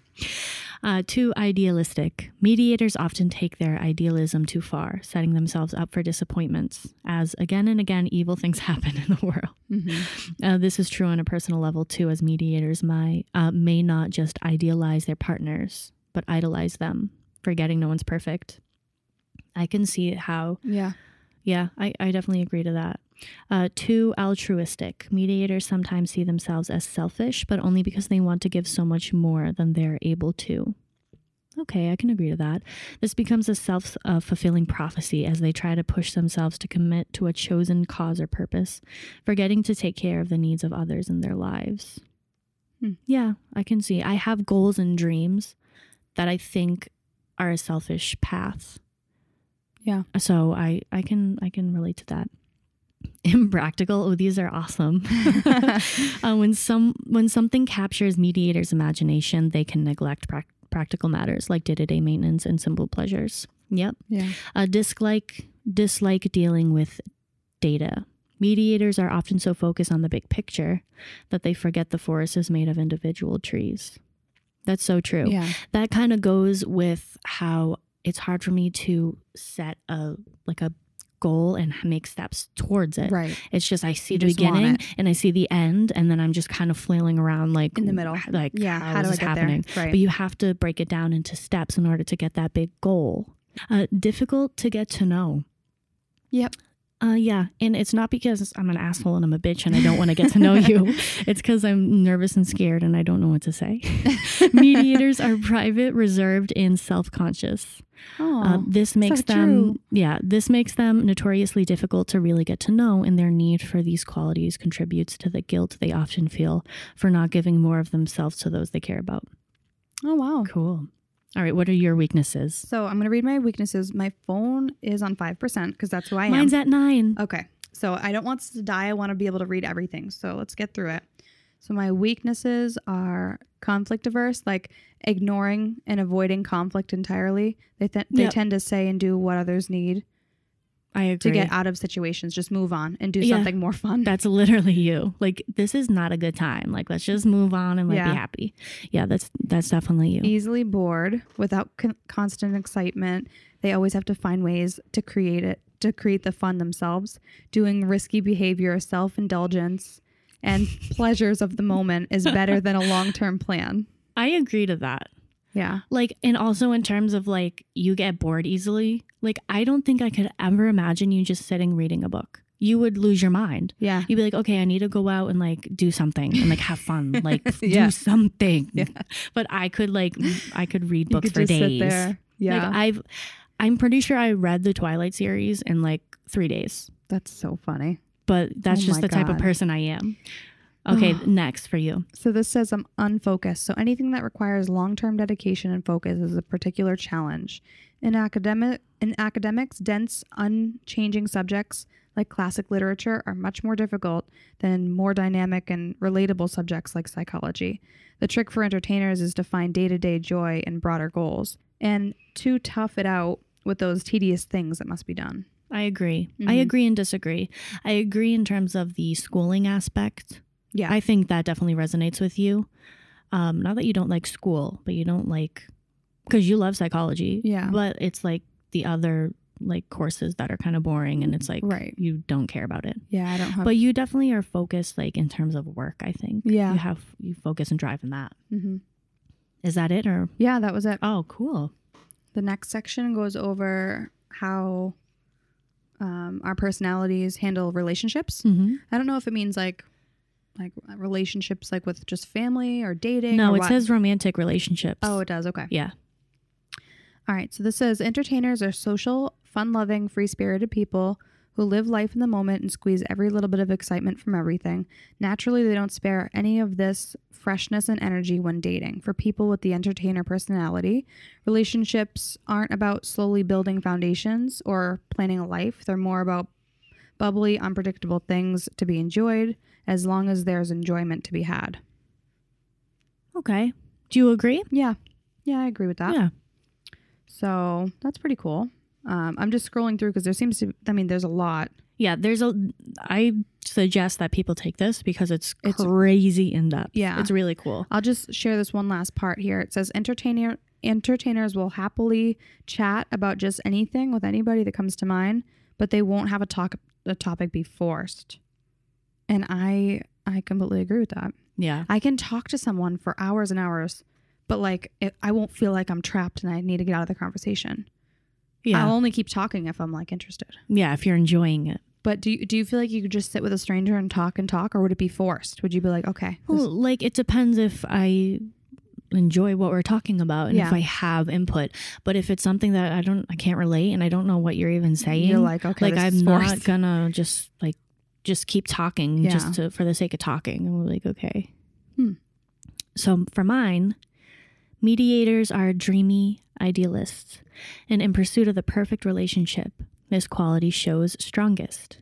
S1: uh, too idealistic. Mediators often take their idealism too far, setting themselves up for disappointments, as again and again, evil things [LAUGHS] happen in the world.
S2: Mhm.
S1: Uh, this is true on a personal level too, as mediators my, uh, may not just idealize their partners, but idolize them, forgetting no one's perfect. I can see how,
S2: Yeah.
S1: yeah, I, I definitely agree to that. Uh, too altruistic. Mediators sometimes see themselves as selfish, but only because they want to give so much more than they're able to. Okay, I can agree to that. This becomes a self uh, fulfilling prophecy as they try to push themselves to commit to a chosen cause or purpose, forgetting to take care of the needs of others in their lives.
S2: Hmm.
S1: Yeah, I can see. I have goals and dreams that I think are a selfish path.
S2: Yeah.
S1: So I I can I can relate to that. [LAUGHS] Impractical. Oh, these are awesome. [LAUGHS] Uh, when some when something captures mediators' imagination, they can neglect prac- practical matters like day-to-day maintenance and simple pleasures. Yep.
S2: yeah.
S1: A dislike dislike dealing with data. Mediators are often so focused on the big picture that they forget the forest is made of individual trees. That's so true
S2: Yeah.
S1: that kind of goes with how it's hard for me to set a like a goal and make steps towards it.
S2: Right.
S1: It's just I see
S2: You
S1: the
S2: just want
S1: beginning and I see the end, and then I'm just kind of flailing around like
S2: In the middle.
S1: like
S2: Yeah.
S1: how, is this happening?
S2: there? Right.
S1: But you have to break it down into steps in order to get that big goal. Uh, difficult to get to know.
S2: Yep.
S1: Uh, yeah, and it's not because I'm an asshole and I'm a bitch and I don't want to get
S2: [LAUGHS]
S1: to know you. It's because I'm nervous and scared and I don't know what to say. [LAUGHS] Mediators are private, reserved, and self-conscious.
S2: oh.
S1: Uh, this makes them,
S2: true.
S1: yeah, this makes them notoriously difficult to really get to know, and their need for these qualities contributes to the guilt they often feel for not giving more of themselves to those they care about.
S2: oh wow.
S1: Cool. All right, what are your weaknesses?
S2: So I'm gonna read my weaknesses. My phone is on five percent because that's who I am. Oh,
S1: Mine's at nine.
S2: Okay. So I don't want this to die. I want to be able to read everything. So let's get through it. So my weaknesses are conflict averse, like ignoring and avoiding conflict entirely. They th- they
S1: Yep.
S2: tend to say and do what others need
S1: I
S2: to
S1: agree.
S2: get out of situations. Just move on and do
S1: Yeah.
S2: something more fun.
S1: that's literally you. Like this is not a good time. Like let's just move on and like
S2: Yeah.
S1: be happy. Yeah, that's that's definitely you.
S2: Easily bored, without con- constant excitement. They always have to find ways to create it to create the fun themselves. Doing risky behavior, self indulgence,
S1: [LAUGHS]
S2: and pleasures of the moment is better than a long term plan.
S1: I agree to that.
S2: Yeah.
S1: Like and also in terms of like you get bored easily. Like I don't think I could ever imagine you just sitting reading a book. You would lose your mind.
S2: Yeah.
S1: You'd be like, okay, I need to go out and like do something and like have fun,
S2: [LAUGHS]
S1: like
S2: Yeah.
S1: do something.
S2: Yeah.
S1: But I could like I could read
S2: You
S1: books
S2: could
S1: for
S2: just
S1: days.
S2: Sit there. Yeah.
S1: Like I've I'm pretty sure I read the Twilight series in like three days.
S2: That's so funny.
S1: but that's
S2: Oh
S1: just the
S2: my
S1: type of
S2: God.
S1: person I am. Okay,
S2: Ugh.
S1: next for you.
S2: So this says I'm unfocused. So anything that requires long-term dedication and focus is a particular challenge. In academic in academics, dense, unchanging subjects like classic literature are much more difficult than more dynamic and relatable subjects like psychology. The trick for entertainers is to find day-to-day joy and broader goals and to tough it out with those tedious things that must be done.
S1: I agree. I
S2: Mhm.
S1: agree and disagree. I agree in terms of the schooling aspect.
S2: Yeah.
S1: I think that definitely resonates with you. Um, not that you don't like school, but you don't like because you love psychology.
S2: Yeah.
S1: But it's like the other like courses that are kind of boring and it's like
S2: Right.
S1: you don't care about it.
S2: Yeah, I don't have
S1: But you definitely are focused like in terms of work, I think.
S2: Yeah.
S1: You have you focus and drive in that.
S2: hmm
S1: Is that it or
S2: Yeah, that was it.
S1: oh cool.
S2: The next section goes over how um, our personalities handle relationships.
S1: Mm-hmm.
S2: I don't know if it means like like relationships like with just family or dating.
S1: No,
S2: or
S1: it
S2: what-
S1: says romantic relationships.
S2: Oh, it does. Okay.
S1: Yeah.
S2: All right. So this says entertainers are social, fun-loving, free-spirited people who live life in the moment and squeeze every little bit of excitement from everything. Naturally, they don't spare any of this freshness and energy when dating. For people with the entertainer personality, relationships aren't about slowly building foundations or planning a life. They're more about bubbly, unpredictable things to be enjoyed as long as there's enjoyment to be had.
S1: Okay. Do you agree?
S2: Yeah. Yeah, I agree with that.
S1: Yeah.
S2: So that's pretty cool. Um, I'm just scrolling through because there seems to, I mean, there's a lot.
S1: Yeah. There's a. I suggest that people take this because it's,
S2: It's-
S1: crazy in depth.
S2: Yeah.
S1: It's really cool.
S2: I'll just share this one last part here. It says entertainer entertainers will happily chat about just anything with anybody that comes to mind, but they won't have a talk a topic be forced. And I I completely agree with that.
S1: Yeah.
S2: I can talk to someone for hours and hours, but like it, I won't feel like I'm trapped and I need to get out of the conversation.
S1: Yeah.
S2: I'll only keep talking if I'm like interested.
S1: yeah. If you're enjoying it.
S2: But do you, do you feel like you could just sit with a stranger and talk and talk, or would it be forced? Would you be like, okay, this-
S1: Well, like it depends if I enjoy what we're talking about and if
S2: Yeah.
S1: I have input. But if it's something that I don't I can't relate and I don't know what you're even saying,
S2: You're like, okay,
S1: like
S2: this
S1: I'm
S2: is
S1: not
S2: forced.
S1: gonna just like just keep talking
S2: Yeah.
S1: just to, for the sake of talking. And we're like, okay.
S2: Hmm.
S1: So for mine, mediators are dreamy idealists, and in pursuit of the perfect relationship, this quality shows strongest.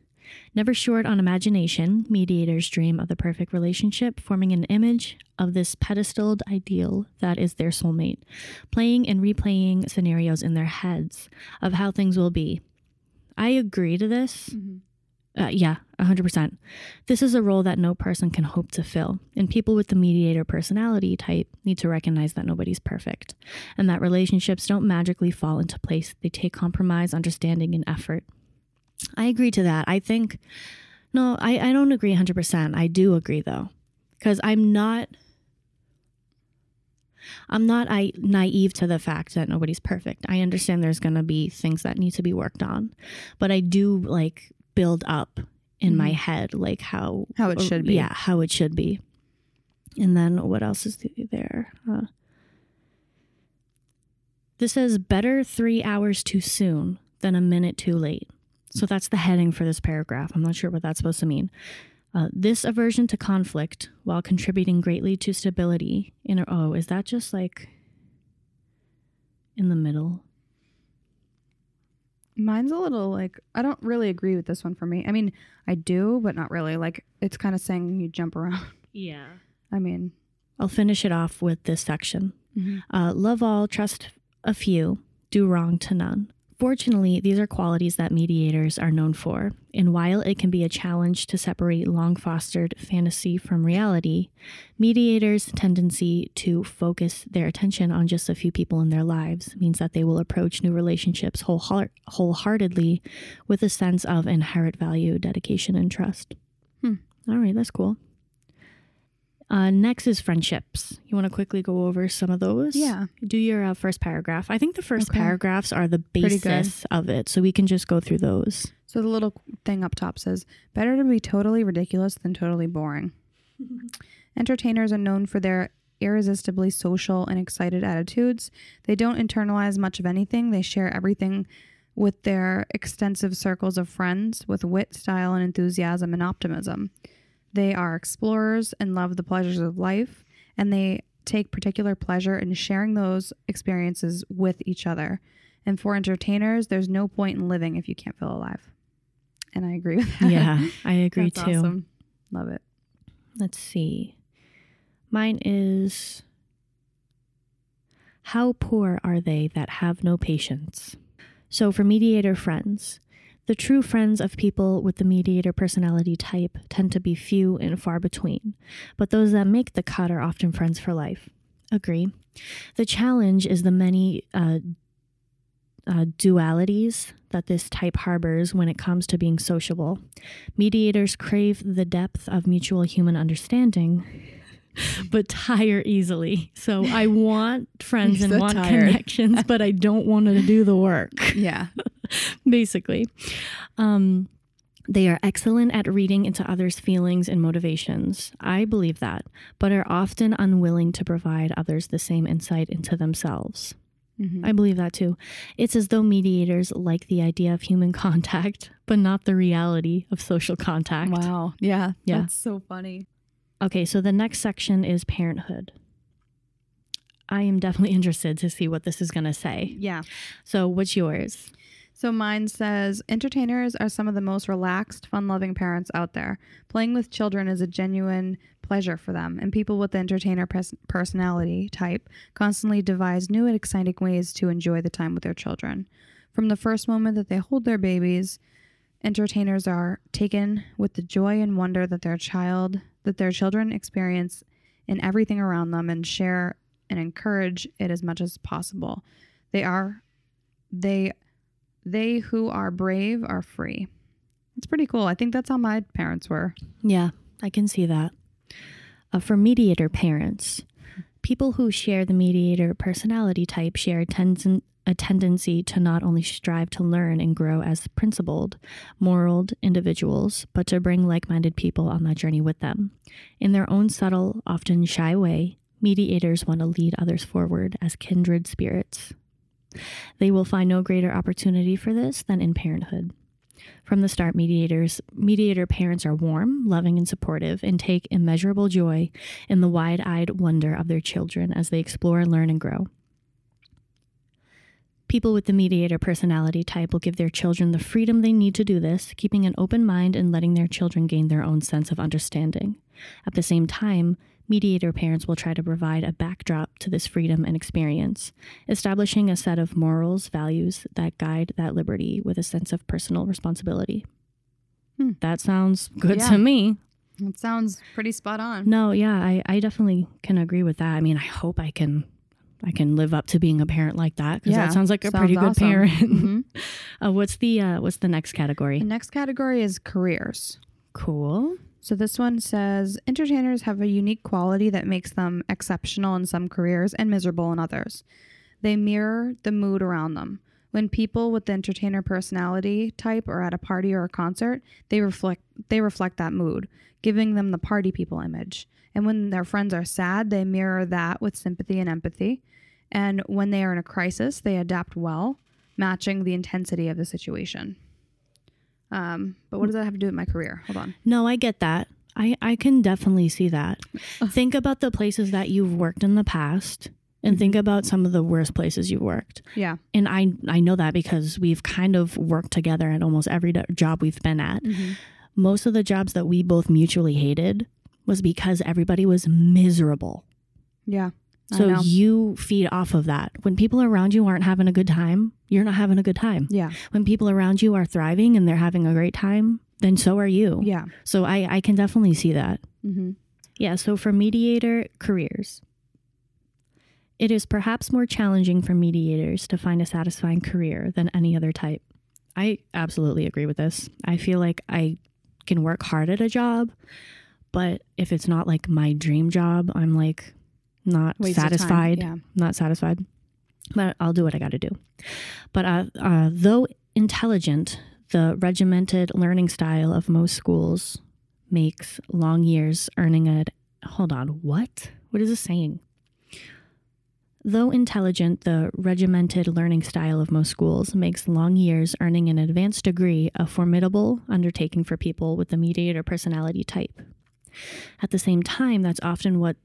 S1: Never short on imagination, mediators dream of the perfect relationship, forming an image of this pedestaled ideal that is their soulmate, playing and replaying scenarios in their heads of how things will be. I agree to this. Uh, yeah, 100%. This is a role that no person can hope to fill, and people with the mediator personality type need to recognize that nobody's perfect and that relationships don't magically fall into place. They take compromise, understanding, and effort. I agree to that. I think, no, I, I don't agree 100%. I do agree though, because I'm not. I'm not I, naive to the fact that nobody's perfect. I understand there's going to be things that need to be worked on, but I do like build up in my
S2: Mhm.
S1: head like how
S2: How it
S1: or-
S2: should be.
S1: Oh, Yeah, how it should be. And then what else is th- there? Uh, this says better three hours too soon than a minute too late. So that's the heading for this paragraph. I'm not sure what that's supposed to mean. Uh, this aversion to conflict while contributing greatly to stability in a, oh, is that just like in the middle?
S2: [LAUGHS] Mine's a little like I don't really agree with this one for me. I mean, I do, but not really. Like it's kind of saying you jump around. [LAUGHS]
S1: Yeah.
S2: I mean,
S1: I'll finish it off with this section.
S2: Mm-hmm.
S1: Uh, love all, trust a few, do wrong to none. Fortunately, these are qualities that mediators are known for, and while it can be a challenge to separate long fostered fantasy from reality, mediators' tendency to focus their attention on just a few people in their lives means that they will approach new relationships wholeheart- wholeheartedly with a sense of inherent value, dedication, and trust.
S2: Hmm.
S1: All right, that's cool. Uh, next is friendships. You want to quickly go over some of those?
S2: Yeah.
S1: Do your uh, first paragraph. I think the first
S2: Okay.
S1: paragraphs are the
S2: Pretty good.
S1: basis of it, so we can just go through those.
S2: [LAUGHS] So the little thing up top says, "Better to be totally ridiculous than totally boring." Entertainers are known for their irresistibly social and excited attitudes. They don't internalize much of anything. They share everything with their extensive circles of friends with wit, style, and enthusiasm and optimism. They are explorers and love the pleasures of life, and they take particular pleasure in sharing those experiences with each other. And for entertainers, there's no point in living if you can't feel alive. And I agree with that. [LAUGHS]
S1: Yeah, I agree
S2: That's
S1: too.
S2: awesome. Love it.
S1: Let's see. Mine is How poor are they that have no patience? So, for mediator friends, the true friends of people with the mediator personality type tend to be few and far between, but those that make the cut are often friends for life. Agree. The challenge is the many uh, uh, dualities that this type harbors when it comes to being sociable. Mediators crave the depth of mutual human understanding, [LAUGHS] but tire easily. So I want friends
S2: You're
S1: and
S2: so
S1: want
S2: tired.
S1: connections, but I don't want to do the work,
S2: Yeah.
S1: [LAUGHS] basically. Um, they are excellent at reading into others' feelings and motivations. I believe that, but are often unwilling to provide others the same insight into themselves.
S2: Mhm.
S1: I believe that too. It's as though mediators like the idea of human [LAUGHS] contact, but not the reality of social contact.
S2: Wow. Yeah.
S1: Yeah.
S2: That's so funny.
S1: Okay, so the next section is parenthood. I am definitely [LAUGHS] interested to see what this is going to say.
S2: Yeah.
S1: So, what's yours?
S2: So mine says entertainers are some of the most relaxed, fun loving parents out there. Playing with children is a genuine pleasure for them, and people with the entertainer pers- personality type constantly devise new and exciting ways to enjoy the time with their children. From the first moment that they hold their babies, entertainers are taken with the joy and wonder that their child that their children experience in everything around them and share and encourage it as much as possible. They are they they who are brave are free. It's pretty cool. I think that's how my parents were.
S1: Yeah, I can see that. Uh, for mediator parents, people who share the mediator personality type share a, ten- a tendency to not only strive to learn and grow as principled, moral individuals, but to bring like minded people on that journey with them. In their own subtle, often shy way, Mediators want to lead others forward as kindred spirits. They will find no greater opportunity for this than in parenthood. From the start, mediators, mediator parents are warm, loving, and supportive, and take immeasurable joy in the wide eyed wonder of their children as they explore, learn, and grow. People with the mediator personality type will give their children the freedom they need to do this, keeping an open mind and letting their children gain their own sense of understanding. At the same time, mediator parents will try to provide a backdrop to this freedom and experience, establishing a set of morals, values that guide that liberty with a sense of personal responsibility.
S2: Hmm.
S1: That sounds good
S2: Yeah.
S1: to me.
S2: It sounds pretty spot on.
S1: No, yeah, I, I definitely can agree with that. I mean, I hope I can I can live up to being a parent like that because
S2: Yeah,
S1: that sounds like a
S2: sounds
S1: pretty good
S2: awesome.
S1: parent.
S2: Mhm.
S1: [LAUGHS] Uh, what's the uh, what's the next
S2: The
S1: category?
S2: next category is careers.
S1: Cool.
S2: So this one says entertainers have a unique quality that makes them exceptional in some careers and miserable in others. They mirror the mood around them. When people with the entertainer personality type are at a party or a concert, they reflect they reflect that mood, giving them the party people image. And when their friends are sad, they mirror that with sympathy and empathy. And when they are in a crisis, they adapt well, matching the intensity of the situation. Um, but what does that have to do with my career? Hold on.
S1: No, I get that. I, I can definitely see that. Think about the places that you've worked in the past and
S2: Mm-hmm.
S1: think about some of the worst places you've worked.
S2: Yeah.
S1: And I, I know that because we've kind of worked together at almost every do- job we've been at.
S2: Mm-hmm.
S1: Most of the jobs that we both mutually hated was because everybody was miserable.
S2: Yeah. I
S1: So
S2: know.
S1: you feed off of that. When people around you aren't having a good time, you're not having a good time.
S2: yeah.
S1: When people around you are thriving and they're having a great time, then so are you.
S2: Yeah.
S1: So I, I can definitely see that.
S2: hmm
S1: Yeah, so for mediator careers, it is perhaps more challenging for mediators to find a satisfying career than any other type. I absolutely agree with this. I feel like I can work hard at a job, but if it's not like my dream job, I'm like not
S2: Waste of time,
S1: satisfied.
S2: yeah.
S1: Not satisfied. But I'll do what I got to do. But uh, uh, though intelligent, the regimented learning style of most schools makes long years earning a. Hold on, what? What is this saying? Though intelligent, the regimented learning style of most schools makes long years earning an advanced degree a formidable undertaking for people with the mediator personality type. At the same time, that's often what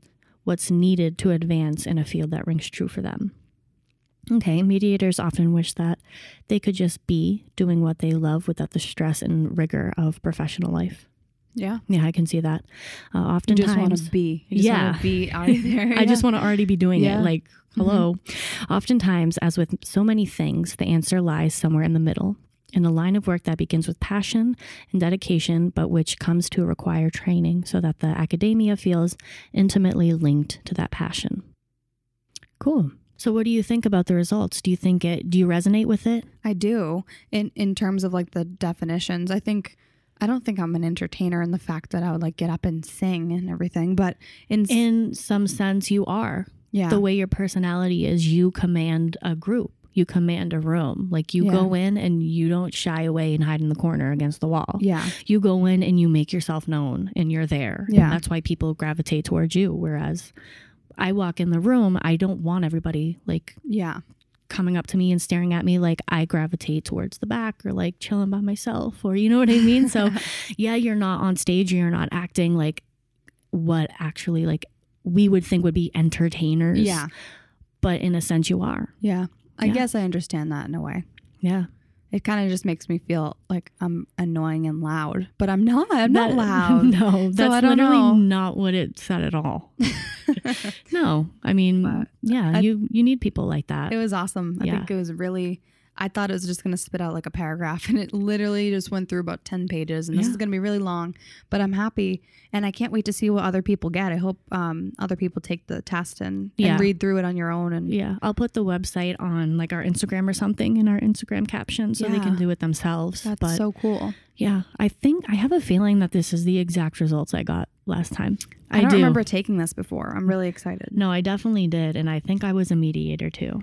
S1: what's needed to advance in a field that rings true for them. Okay, mediators often wish that they could just be doing what they love without the stress and rigor of professional life.
S2: Yeah.
S1: Yeah, I can see that. Uh,
S2: You
S1: oftentimes,
S2: just want to be. You just want
S1: Yeah. [LAUGHS]
S2: to be out of [LAUGHS] there.
S1: I just want to already be doing
S2: Yeah.
S1: it. Like, hello. Oftentimes, as with so many things, the answer lies somewhere in the middle in a line of work that begins with passion and dedication, but which comes to require training so that the academia feels intimately linked to that passion. Cool. So, what do you think about the results? Do you think it, do you resonate with it?
S2: I do. In in terms of like the definitions, I think I don't think I'm an entertainer in the fact that I would like get up and sing and everything, but in,
S1: In some sense, you are.
S2: yeah,
S1: the way your personality is you command a group you command a room like you
S2: Yeah.
S1: go in and you don't shy away and hide in the corner against the wall
S2: yeah,
S1: you go in and you make yourself known and you're there
S2: Yeah.
S1: and that's why people gravitate towards you whereas i walk in the room i don't want everybody like
S2: yeah,
S1: coming up to me and staring at me like i gravitate towards the back or like chilling by myself or you know what i mean
S2: [LAUGHS]
S1: so yeah you're not on stage you're not acting like what actually like we would think would be entertainers
S2: yeah,
S1: but in a sense you are.
S2: yeah. I
S1: Yeah.
S2: guess I understand that in a way.
S1: Yeah.
S2: It kind of just makes me feel like I'm annoying and loud, but I'm not. I'm not
S1: That- [LAUGHS]
S2: loud.
S1: No, that's
S2: I don't
S1: literally
S2: know.
S1: not what it said at
S2: [LAUGHS]
S1: all. no, I mean,
S2: But
S1: yeah,
S2: I-
S1: you you need people like that.
S2: It was awesome. I
S1: Yeah.
S2: think it was really. I thought it was just going to spit out like a paragraph, [LAUGHS] and it literally just went through about ten pages. And this is
S1: Yeah.
S2: going to be really long, but I'm happy, and I can't wait to see what other people get. I hope um, other people take the test and,
S1: Yeah.
S2: and read through it on your own. And
S1: yeah, I'll put the website on like our Instagram or something in our Instagram caption so they can
S2: Yeah.
S1: do it themselves.
S2: that's
S1: but
S2: so cool.
S1: yeah, I think I have a feeling that this is the exact results I got last time.
S2: I, don't
S1: do.
S2: remember taking this before. I'm really excited.
S1: No, I definitely did, and I think I was a mediator too.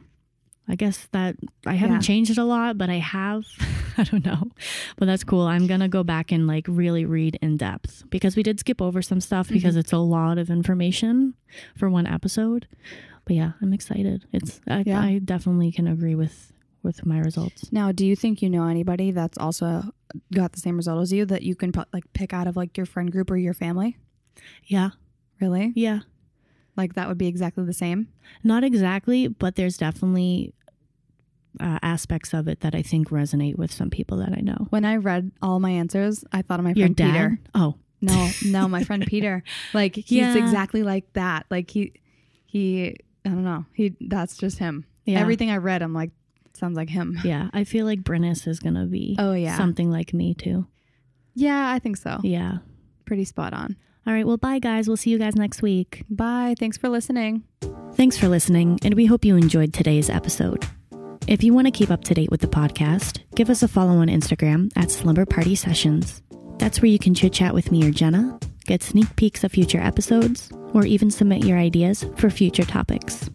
S1: I guess that I haven't
S2: Yeah.
S1: changed it a lot, but I have. [LAUGHS] I don't know. But that's cool. I'm going to go back and like really read in depth because we did skip over some stuff because
S2: Mm-hmm.
S1: it's a lot of information for one episode. But yeah, I'm excited. It's I,
S2: Yeah.
S1: I definitely can agree with with my results.
S2: Now, do you think you know anybody that's also got the same result as you that you can pro- like pick out of like your friend group or your family?
S1: Yeah.
S2: Really?
S1: Yeah.
S2: Like that would be exactly the same?
S1: Not exactly, but there's definitely uh, aspects of it that I think resonate with some people that I know.
S2: When I read all my answers, I thought of my
S1: Your
S2: friend
S1: dad?
S2: Peter.
S1: Oh,
S2: [LAUGHS] No, no, my friend Peter. Like he's
S1: Yeah.
S2: exactly like that. Like he he I don't know. He that's just him.
S1: yeah.
S2: Everything I read, I'm like sounds like him.
S1: Yeah, I feel like Brennis is gonna be
S2: Oh, yeah. Oh.
S1: something like me too.
S2: Yeah, I think so.
S1: Yeah.
S2: Pretty spot on.
S1: All right. Well, bye guys. We'll see you guys next week.
S2: Bye. Thanks for listening.
S1: Thanks for listening, and we hope you enjoyed today's episode. If you want to keep up to date with the podcast, give us a follow on Instagram at Slumber Party Sessions. That's where you can chit chat with me or Jenna, get sneak peeks of future episodes, or even submit your ideas for future topics.